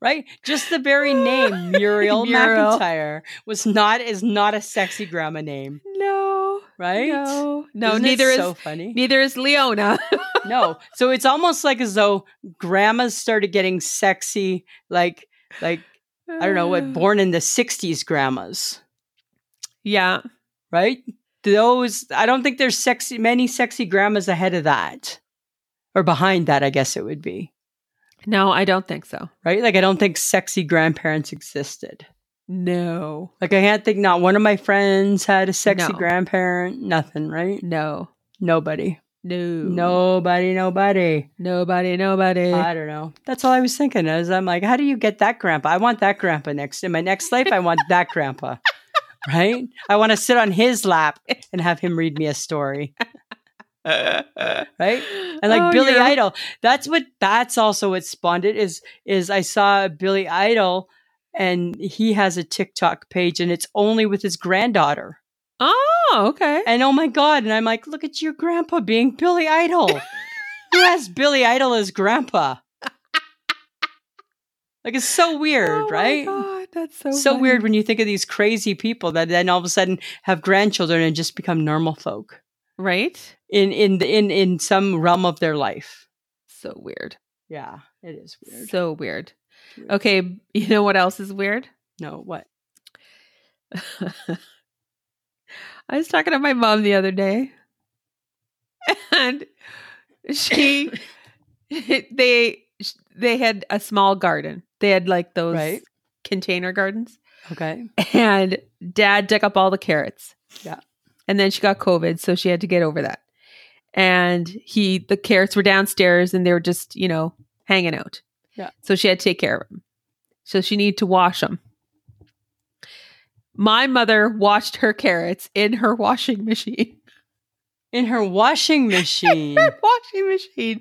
Speaker 1: Right? Just the
Speaker 2: *laughs*
Speaker 1: very name Muriel,
Speaker 2: Muriel.
Speaker 1: McIntyre was not is not a sexy grandma name,
Speaker 2: No.
Speaker 1: right?
Speaker 2: No. No,
Speaker 1: Isn't it
Speaker 2: neither is
Speaker 1: so funny.
Speaker 2: neither is Leona. *laughs*
Speaker 1: no. So it's almost like as though grandmas started getting sexy like like I don't know
Speaker 2: *sighs*
Speaker 1: what born in the 60s grandmas.
Speaker 2: Yeah.
Speaker 1: right? Those I don't think there's sexy many sexy grandmas ahead of that. Or behind that, I guess it would be.
Speaker 2: No, I don't think so.
Speaker 1: Right? Like I don't think sexy grandparents existed.
Speaker 2: No.
Speaker 1: Like I can't think not one of my friends had a sexy
Speaker 2: No.
Speaker 1: grandparent, nothing, right?
Speaker 2: No.
Speaker 1: Nobody.
Speaker 2: No.
Speaker 1: Nobody, nobody.
Speaker 2: Nobody, nobody. *gasps*
Speaker 1: I *laughs* don't know. That's all I was thinking. Is I'm like, how do you get that grandpa? I want that grandpa next in my next life. I want that grandpa, *laughs* right? I want to sit on his lap and have him read me a story, right? And like
Speaker 2: Oh,
Speaker 1: Billy
Speaker 2: yeah.
Speaker 1: Idol, that's what that's also what spawned it is. Is I saw Billy Idol, and he has a TikTok page, and it's only with his granddaughter.
Speaker 2: Oh, okay.
Speaker 1: And oh my god! And I'm like, look at your grandpa being Billy
Speaker 2: *laughs*
Speaker 1: Idol. Who has Billy Idol as grandpa? Like it's so weird,
Speaker 2: Oh my
Speaker 1: right?
Speaker 2: God, that's so
Speaker 1: so
Speaker 2: funny.
Speaker 1: weird when you think of these crazy people that then all of a sudden have grandchildren and just become normal folk
Speaker 2: right?
Speaker 1: in in the, in in some realm of their life.
Speaker 2: So weird.
Speaker 1: Yeah, it is weird.
Speaker 2: So weird.
Speaker 1: Weird.
Speaker 2: Okay, you know what else is weird?
Speaker 1: no, what?
Speaker 2: I was talking to my mom the other day, *laughs* and
Speaker 1: *laughs*
Speaker 2: she, *laughs* they, they had a small garden. They had like those
Speaker 1: Right.
Speaker 2: container gardens,
Speaker 1: Okay.
Speaker 2: and Dad dug up all the carrots.
Speaker 1: Yeah.
Speaker 2: and then she got COVID, so she had to get over that. And he, the carrots were downstairs, and they were just you know hanging out.
Speaker 1: Yeah.
Speaker 2: so she had to take care of them. So she needed to wash them. My mother washed her carrots in her *laughs* washing machine. *laughs*
Speaker 1: In her washing machine.
Speaker 2: her washing machine.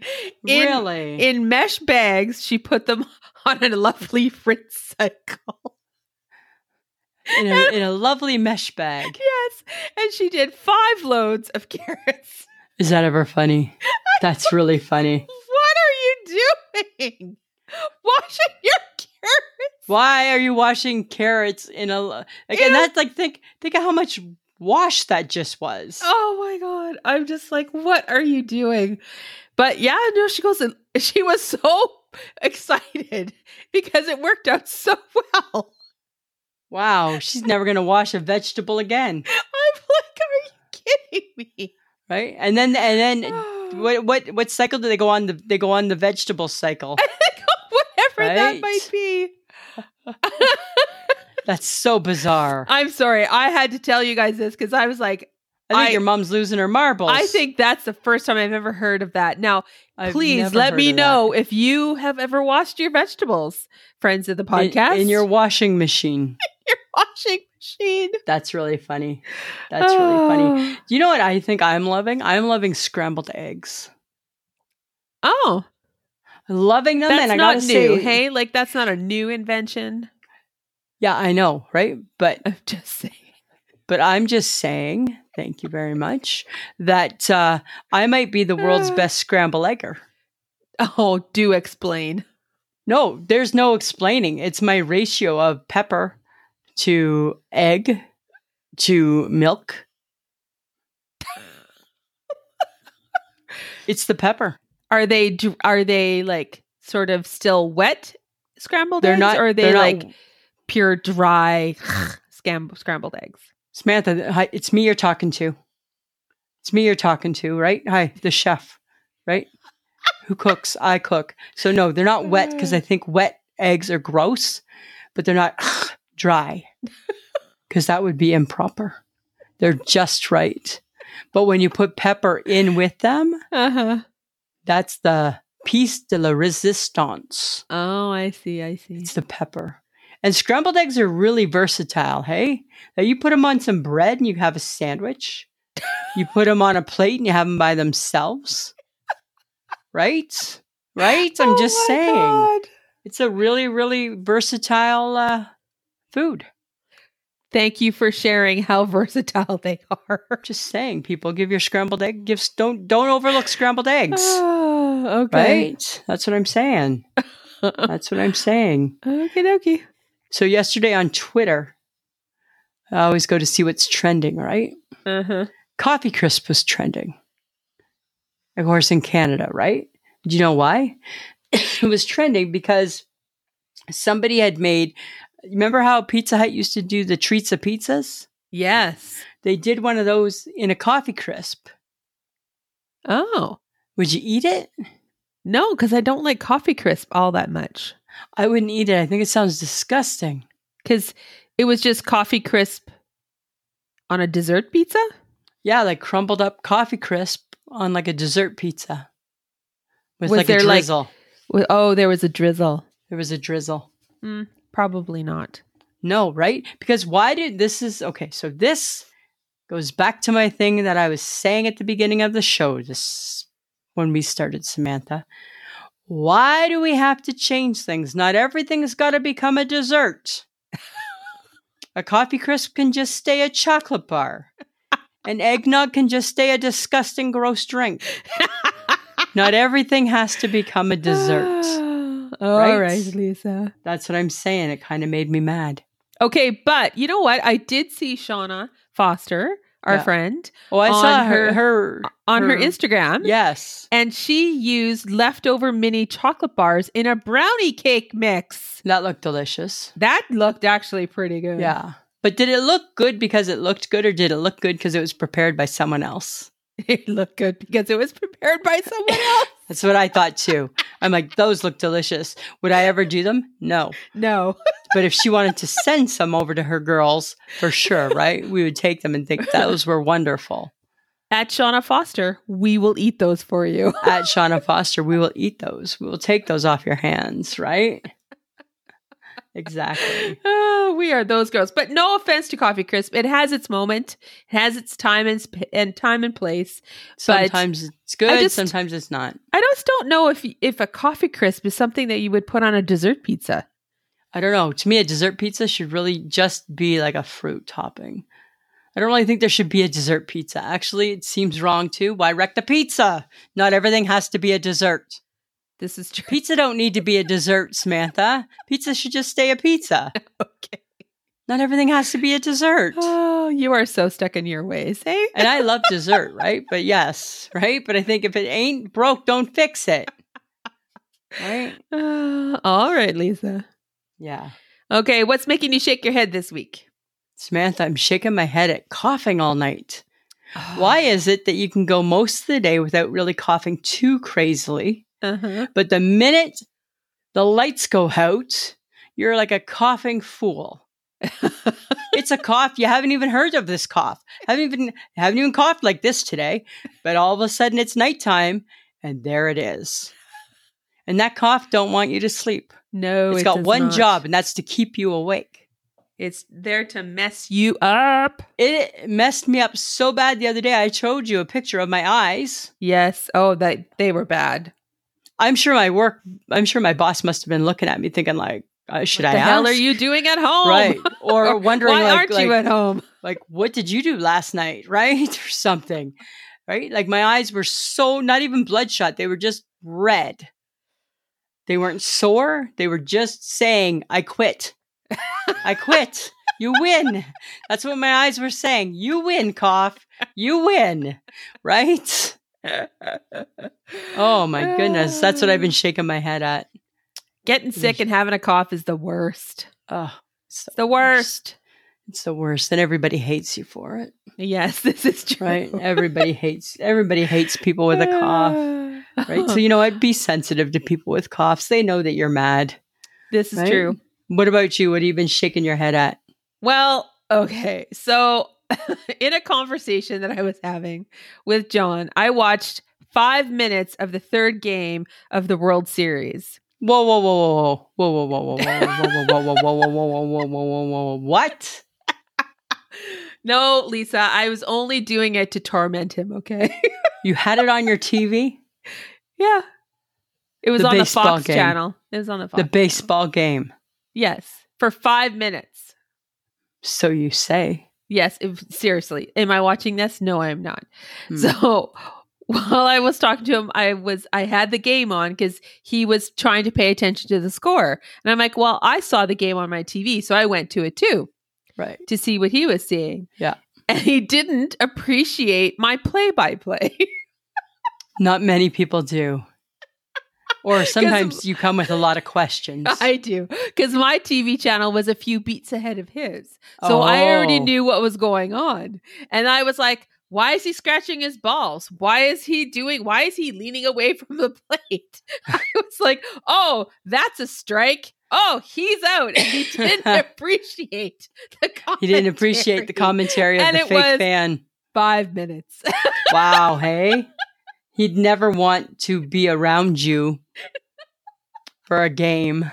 Speaker 1: Mm.
Speaker 2: In-
Speaker 1: really?
Speaker 2: In mesh bags, she put them *laughs* on a lovely fritz cycle. *laughs*
Speaker 1: in, a, in a lovely mesh bag.
Speaker 2: Yes. And she did five loads of *laughs* carrots.
Speaker 1: Is that ever funny? That's really funny.
Speaker 2: What are you doing? *laughs* Washing your carrots.
Speaker 1: Why are you washing carrots in a lo- like?
Speaker 2: In
Speaker 1: And
Speaker 2: a-
Speaker 1: that's like think think of how much wash that just was.
Speaker 2: Oh my god. I'm just like, what are you doing? But yeah, no, she goes and *laughs* she was so excited because it worked out so *laughs* well.
Speaker 1: Wow, she's never gonna wash a vegetable again,
Speaker 2: I'm like, are you kidding me?
Speaker 1: right? And then and
Speaker 2: *gasps*
Speaker 1: then
Speaker 2: *sighs*
Speaker 1: what what what cycle do they go on? The they go on the vegetable
Speaker 2: *laughs*
Speaker 1: cycle.
Speaker 2: *laughs* Whatever that
Speaker 1: Right.
Speaker 2: might be.
Speaker 1: That's so bizarre. I,
Speaker 2: I'm sorry. I had to tell you guys this because I was like,
Speaker 1: think
Speaker 2: I-
Speaker 1: your mom's losing her marbles.
Speaker 2: I think that's the first time I've ever heard of that. Now,
Speaker 1: I've
Speaker 2: please
Speaker 1: never
Speaker 2: let
Speaker 1: heard
Speaker 2: me
Speaker 1: of that.
Speaker 2: know if you have ever washed your vegetables, friends of the
Speaker 1: In-
Speaker 2: podcast.
Speaker 1: in,
Speaker 2: *laughs*
Speaker 1: your *laughs* washing machine.
Speaker 2: washing machine.
Speaker 1: That's really funny. That's
Speaker 2: Oh.
Speaker 1: really funny.
Speaker 2: funny.
Speaker 1: You know what I think I'm loving? I'm loving scrambled eggs.
Speaker 2: Oh,
Speaker 1: Loving them,
Speaker 2: that's
Speaker 1: and I
Speaker 2: not
Speaker 1: gotta
Speaker 2: new.
Speaker 1: say,
Speaker 2: hey, like that's not a new invention. *laughs*
Speaker 1: yeah, I know, right? But
Speaker 2: I'm just saying.
Speaker 1: But I'm just saying, thank you very much, that uh, I might be the world's
Speaker 2: Ah.
Speaker 1: best scramble egger.
Speaker 2: Oh, do explain.
Speaker 1: No, there's no explaining. It's my ratio of pepper to egg to
Speaker 2: *laughs*
Speaker 1: milk. it's the pepper.
Speaker 2: Are they? dr- Are they like sort of still wet scrambled
Speaker 1: They're
Speaker 2: eggs?
Speaker 1: not.
Speaker 2: or are they
Speaker 1: they're not-
Speaker 2: like pure dry *laughs* scam- scrambled eggs?
Speaker 1: Samantha? Hi, it's me you're talking to. It's me you're talking to, right? Hi, the chef, right? Who cooks? I cook. So no, they're not wet because I think wet eggs are gross, but they're not *sniffs* dry because that would be improper. They're just right. But when you put pepper in with them,
Speaker 2: Uh
Speaker 1: Uh-huh.
Speaker 2: huh.
Speaker 1: that's the piece de la resistance.
Speaker 2: Oh, I see. I see.
Speaker 1: It's the pepper. And scrambled eggs are really versatile, hey? Now you put them on some bread and you have a sandwich. You put them on a plate and you have them by themselves. Right? Right? I'm
Speaker 2: Oh
Speaker 1: just
Speaker 2: my
Speaker 1: saying.
Speaker 2: God.
Speaker 1: It's a really, really versatile uh, food.
Speaker 2: Thank you for sharing how *laughs* versatile they are.
Speaker 1: Just saying, people give your scrambled egg gifts. Don't don't overlook scrambled eggs.
Speaker 2: Oh, *sighs* okay.
Speaker 1: Right? That's what I'm saying.
Speaker 2: *laughs*
Speaker 1: That's what I'm saying.
Speaker 2: okay, dokie.
Speaker 1: So yesterday on Twitter, I always go to see what's trending, right?
Speaker 2: Uh huh.
Speaker 1: Coffee Crisp was trending. Of course, in Canada, right? Do you know why? *coughs* it was trending because somebody had made. Remember how Pizza Hut used to do the treats of pizzas?
Speaker 2: Yes.
Speaker 1: They did one of those in a coffee crisp.
Speaker 2: Oh
Speaker 1: Would you eat it?
Speaker 2: no, because I don't like coffee crisp all that much.
Speaker 1: I wouldn't eat it. I think it sounds disgusting.
Speaker 2: Because it was just coffee crisp on a dessert pizza.
Speaker 1: Yeah, like crumbled up coffee crisp on like a dessert pizza with
Speaker 2: Was
Speaker 1: like a
Speaker 2: there, like-
Speaker 1: drizzle.
Speaker 2: Wi- Oh, there was a drizzle.
Speaker 1: there was a drizzle.
Speaker 2: Probably not. *laughs*
Speaker 1: No, right? Because why did this is okay, so this goes back to my thing that I was saying at the beginning of the show this when we started Samantha. Why do we have to change things? Not everything's got to become a dessert. a coffee crisp can just stay a chocolate bar. An eggnog can just stay a disgusting gross drink. Not everything has to become a
Speaker 2: *sighs*
Speaker 1: dessert.
Speaker 2: *gasps* All
Speaker 1: Right?
Speaker 2: right, Lisa.
Speaker 1: That's what I'm saying. It kind of made me mad.
Speaker 2: Okay, but you know what? I did see Shauna Foster, our
Speaker 1: Yeah.
Speaker 2: friend,
Speaker 1: Oh, I
Speaker 2: On
Speaker 1: saw
Speaker 2: her-
Speaker 1: her her
Speaker 2: on her,
Speaker 1: Her-
Speaker 2: Instagram.
Speaker 1: Yes.
Speaker 2: And she used leftover mini chocolate bars in a brownie cake mix.
Speaker 1: That looked delicious.
Speaker 2: That looked actually pretty good.
Speaker 1: Yeah. But did it look good because it looked good or did it look good because it was prepared by someone else?
Speaker 2: *laughs* It looked good because it was prepared by someone else.
Speaker 1: That's what I thought too. I'm like, those look delicious. Would I ever do them? No.
Speaker 2: *laughs* no.
Speaker 1: But if she wanted to send some over to her girls, for sure, right? We would take them and think those were wonderful.
Speaker 2: At Shauna Foster, we will eat those for *laughs* you.
Speaker 1: At Shauna Foster, we will eat those. We will take those off your hands, right? Exactly.
Speaker 2: Oh, we are those girls. But no offense to Coffee Crisp. It has its moment. It has its time and, sp- and time and place.
Speaker 1: Sometimes it's good,
Speaker 2: just-
Speaker 1: sometimes it's not.
Speaker 2: I just don't know if if a coffee crisp is something that you would put on a dessert pizza.
Speaker 1: I don't know. To me, a dessert pizza should really just be like a fruit topping. I don't really think there should be a dessert pizza. Actually, it seems wrong too. Why wreck the pizza? Not everything has to be a dessert.
Speaker 2: This is *laughs* true.
Speaker 1: Pizza don't need to be a dessert, Samantha. Pizza should just stay a pizza.
Speaker 2: Okay.
Speaker 1: Not everything has to be a dessert.
Speaker 2: Oh, you are so stuck in your ways, eh? *laughs*
Speaker 1: And I love dessert, right? But yes, right? But I think if it ain't broke, don't fix it. Right?
Speaker 2: Uh, *sighs* all right, Lisa.
Speaker 1: Yeah.
Speaker 2: Okay, what's making you shake your head
Speaker 1: *sighs*
Speaker 2: this week?
Speaker 1: Samantha, I'm shaking my head at coughing all night. Why is it that you can go most of the day without really coughing too crazily,
Speaker 2: Uh-huh.
Speaker 1: but the minute the lights go out, you're like a coughing fool. *laughs* it's a cough you haven't even heard of this cough. Haven't even haven't even coughed like this today, but all of a sudden it's nighttime and there it is. And that cough don't want you to sleep.
Speaker 2: No,
Speaker 1: it's
Speaker 2: it
Speaker 1: got
Speaker 2: does
Speaker 1: one
Speaker 2: not.
Speaker 1: job and that's to keep you awake.
Speaker 2: It's there to mess you up.
Speaker 1: It messed me up so bad the other day. I showed you a picture of my eyes.
Speaker 2: Yes. Oh, that they were bad.
Speaker 1: I'm sure my work. I'm sure my boss must have been looking at me, thinking like, uh, "Should
Speaker 2: What
Speaker 1: I
Speaker 2: the
Speaker 1: ask?"
Speaker 2: hell are you doing at home? *laughs*
Speaker 1: Right, or, wondering
Speaker 2: Why
Speaker 1: like,
Speaker 2: aren't
Speaker 1: like,
Speaker 2: you at home?
Speaker 1: like, what did you do last night, *laughs* right, or something, right? Like my eyes were so not even bloodshot; they were just red. They weren't sore. They were just saying, "I quit. I quit. You win." That's what my eyes were saying. You win, cough. You win, right? Oh my goodness, that's what I've been shaking my head at.
Speaker 2: Getting sick and having a cough is the worst.
Speaker 1: Oh,
Speaker 2: It's the worst.
Speaker 1: It's the worst. And everybody hates you for it.
Speaker 2: Yes, *laughs* this is true.
Speaker 1: Right? everybody hates everybody hates people with a cough.
Speaker 2: *sighs*
Speaker 1: Right. So you know what? Be sensitive to people with coughs. They know that you're mad.
Speaker 2: *laughs* this is
Speaker 1: right?
Speaker 2: true.
Speaker 1: What about you? What have you been shaking your head at?
Speaker 2: Well, okay. So *laughs* in a conversation that I was having with John, I watched five minutes of the third game of the World Series.
Speaker 1: Whoa, whoa, whoa, whoa, whoa, whoa, whoa, whoa, whoa, whoa, whoa, whoa, whoa, whoa, whoa, whoa, whoa, whoa, whoa, whoa. What?
Speaker 2: No, Lisa, I was only doing it to torment him, okay? *laughs*
Speaker 1: You had it on your TV?
Speaker 2: yeah. It was
Speaker 1: The
Speaker 2: on the
Speaker 1: baseball
Speaker 2: Fox
Speaker 1: game.
Speaker 2: channel. It was on the Fox.
Speaker 1: The baseball game.
Speaker 2: yes. For five minutes.
Speaker 1: So you say.
Speaker 2: Yes, if, seriously. Am I watching this? No, I am not.
Speaker 1: Hmm.
Speaker 2: So *laughs* while I was talking to him, I was I had the game on because he was trying to pay attention to the score, and I'm like, well, I saw the game on my TV, so I went to it too
Speaker 1: Right.
Speaker 2: to see what he was seeing.
Speaker 1: Yeah.
Speaker 2: and he didn't appreciate my play-by-play.
Speaker 1: Not many people do. Or sometimes you come with a lot of questions.
Speaker 2: *laughs* I do because my TV channel was a few beats ahead of his. So I already
Speaker 1: Oh.
Speaker 2: knew what was going on. And I was like, why is he scratching his balls? Why is he doing, why is he leaning away *laughs* from the plate? *laughs* I was like, oh, that's a strike. Oh, he's out.
Speaker 1: *laughs*
Speaker 2: And he didn't appreciate the commentary.
Speaker 1: He didn't appreciate the commentary of
Speaker 2: And
Speaker 1: the
Speaker 2: it
Speaker 1: fake
Speaker 2: was-
Speaker 1: fan.
Speaker 2: Five minutes.
Speaker 1: Wow, hey. He'd never want to be around you for a game.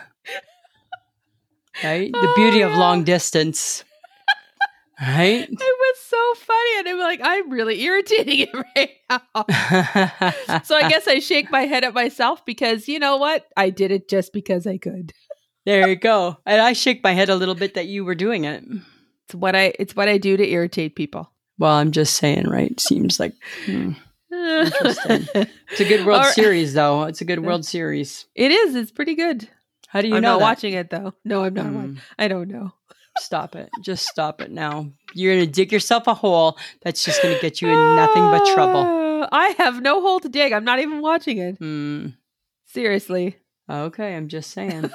Speaker 1: Right? The
Speaker 2: Oh,
Speaker 1: beauty of
Speaker 2: yeah.
Speaker 1: long distance. Right? *laughs*
Speaker 2: *laughs* It was so funny. And I'm like, I'm really irritating it *laughs* right now. So I guess I shake my head at myself because you know what? I did it just because I could.
Speaker 1: there you go. And I shake my head a little bit that you were doing it.
Speaker 2: It's what I it's what I do to irritate people.
Speaker 1: Well, I'm just saying, right? Seems like hmm. Interesting. it's a good World
Speaker 2: All right.
Speaker 1: Series, though. It's a good World Series.
Speaker 2: *laughs* It is. It's pretty good.
Speaker 1: How do you
Speaker 2: I'm
Speaker 1: know
Speaker 2: not
Speaker 1: that?
Speaker 2: watching it though. No, I'm not.
Speaker 1: Hmm.
Speaker 2: watching. I don't know.
Speaker 1: Stop it. Just stop it now. You're going to dig yourself a hole that's just going to get you in nothing but trouble.
Speaker 2: Ah, *sighs* I have no hole to dig. I'm not even watching it.
Speaker 1: Hmm.
Speaker 2: Seriously.
Speaker 1: Okay, I'm just saying.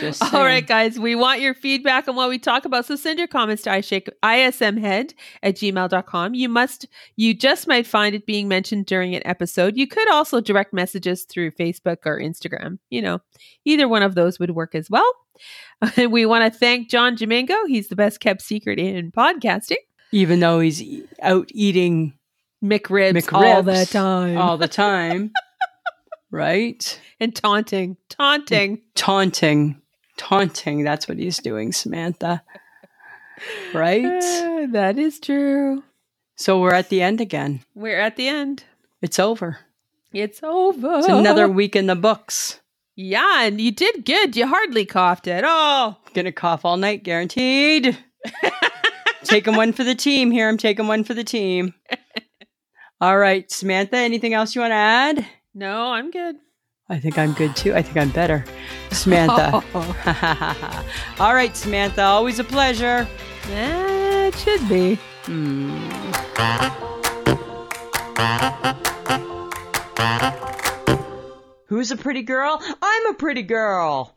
Speaker 1: Just
Speaker 2: All
Speaker 1: saying.
Speaker 2: right, guys. We want your feedback on what we talk about. So send your comments to ishake- ismhead at gmail.com. You must you just might find it being mentioned during an episode. You could also direct messages through Facebook or Instagram. You know, either one of those would work as well. *laughs* And we want to thank John Domingo. He's the best kept secret in podcasting.
Speaker 1: Even though he's e- out eating
Speaker 2: McRibs, all
Speaker 1: McRibs.
Speaker 2: the time.
Speaker 1: all the time, right?
Speaker 2: and taunting. Taunting.
Speaker 1: Taunting, taunting. That's what he's doing, Samantha.
Speaker 2: *sighs*
Speaker 1: Right?
Speaker 2: Ah, *laughs* that is true.
Speaker 1: So we're at the end again.
Speaker 2: We're at the end.
Speaker 1: It's over.
Speaker 2: It's over.
Speaker 1: It's another week in the books.
Speaker 2: Yeah, and you did good. You hardly coughed at all.
Speaker 1: Gonna cough all night, guaranteed. taking one for the team here. I'm taking one for the team. All right, Samantha, anything else you want to add?
Speaker 2: No, I'm good.
Speaker 1: I think I'm good too. I think I'm better.
Speaker 2: *laughs*
Speaker 1: Samantha. *laughs* All right, Samantha, always a pleasure.
Speaker 2: that should be.
Speaker 1: Who's a pretty girl? I'm a pretty girl.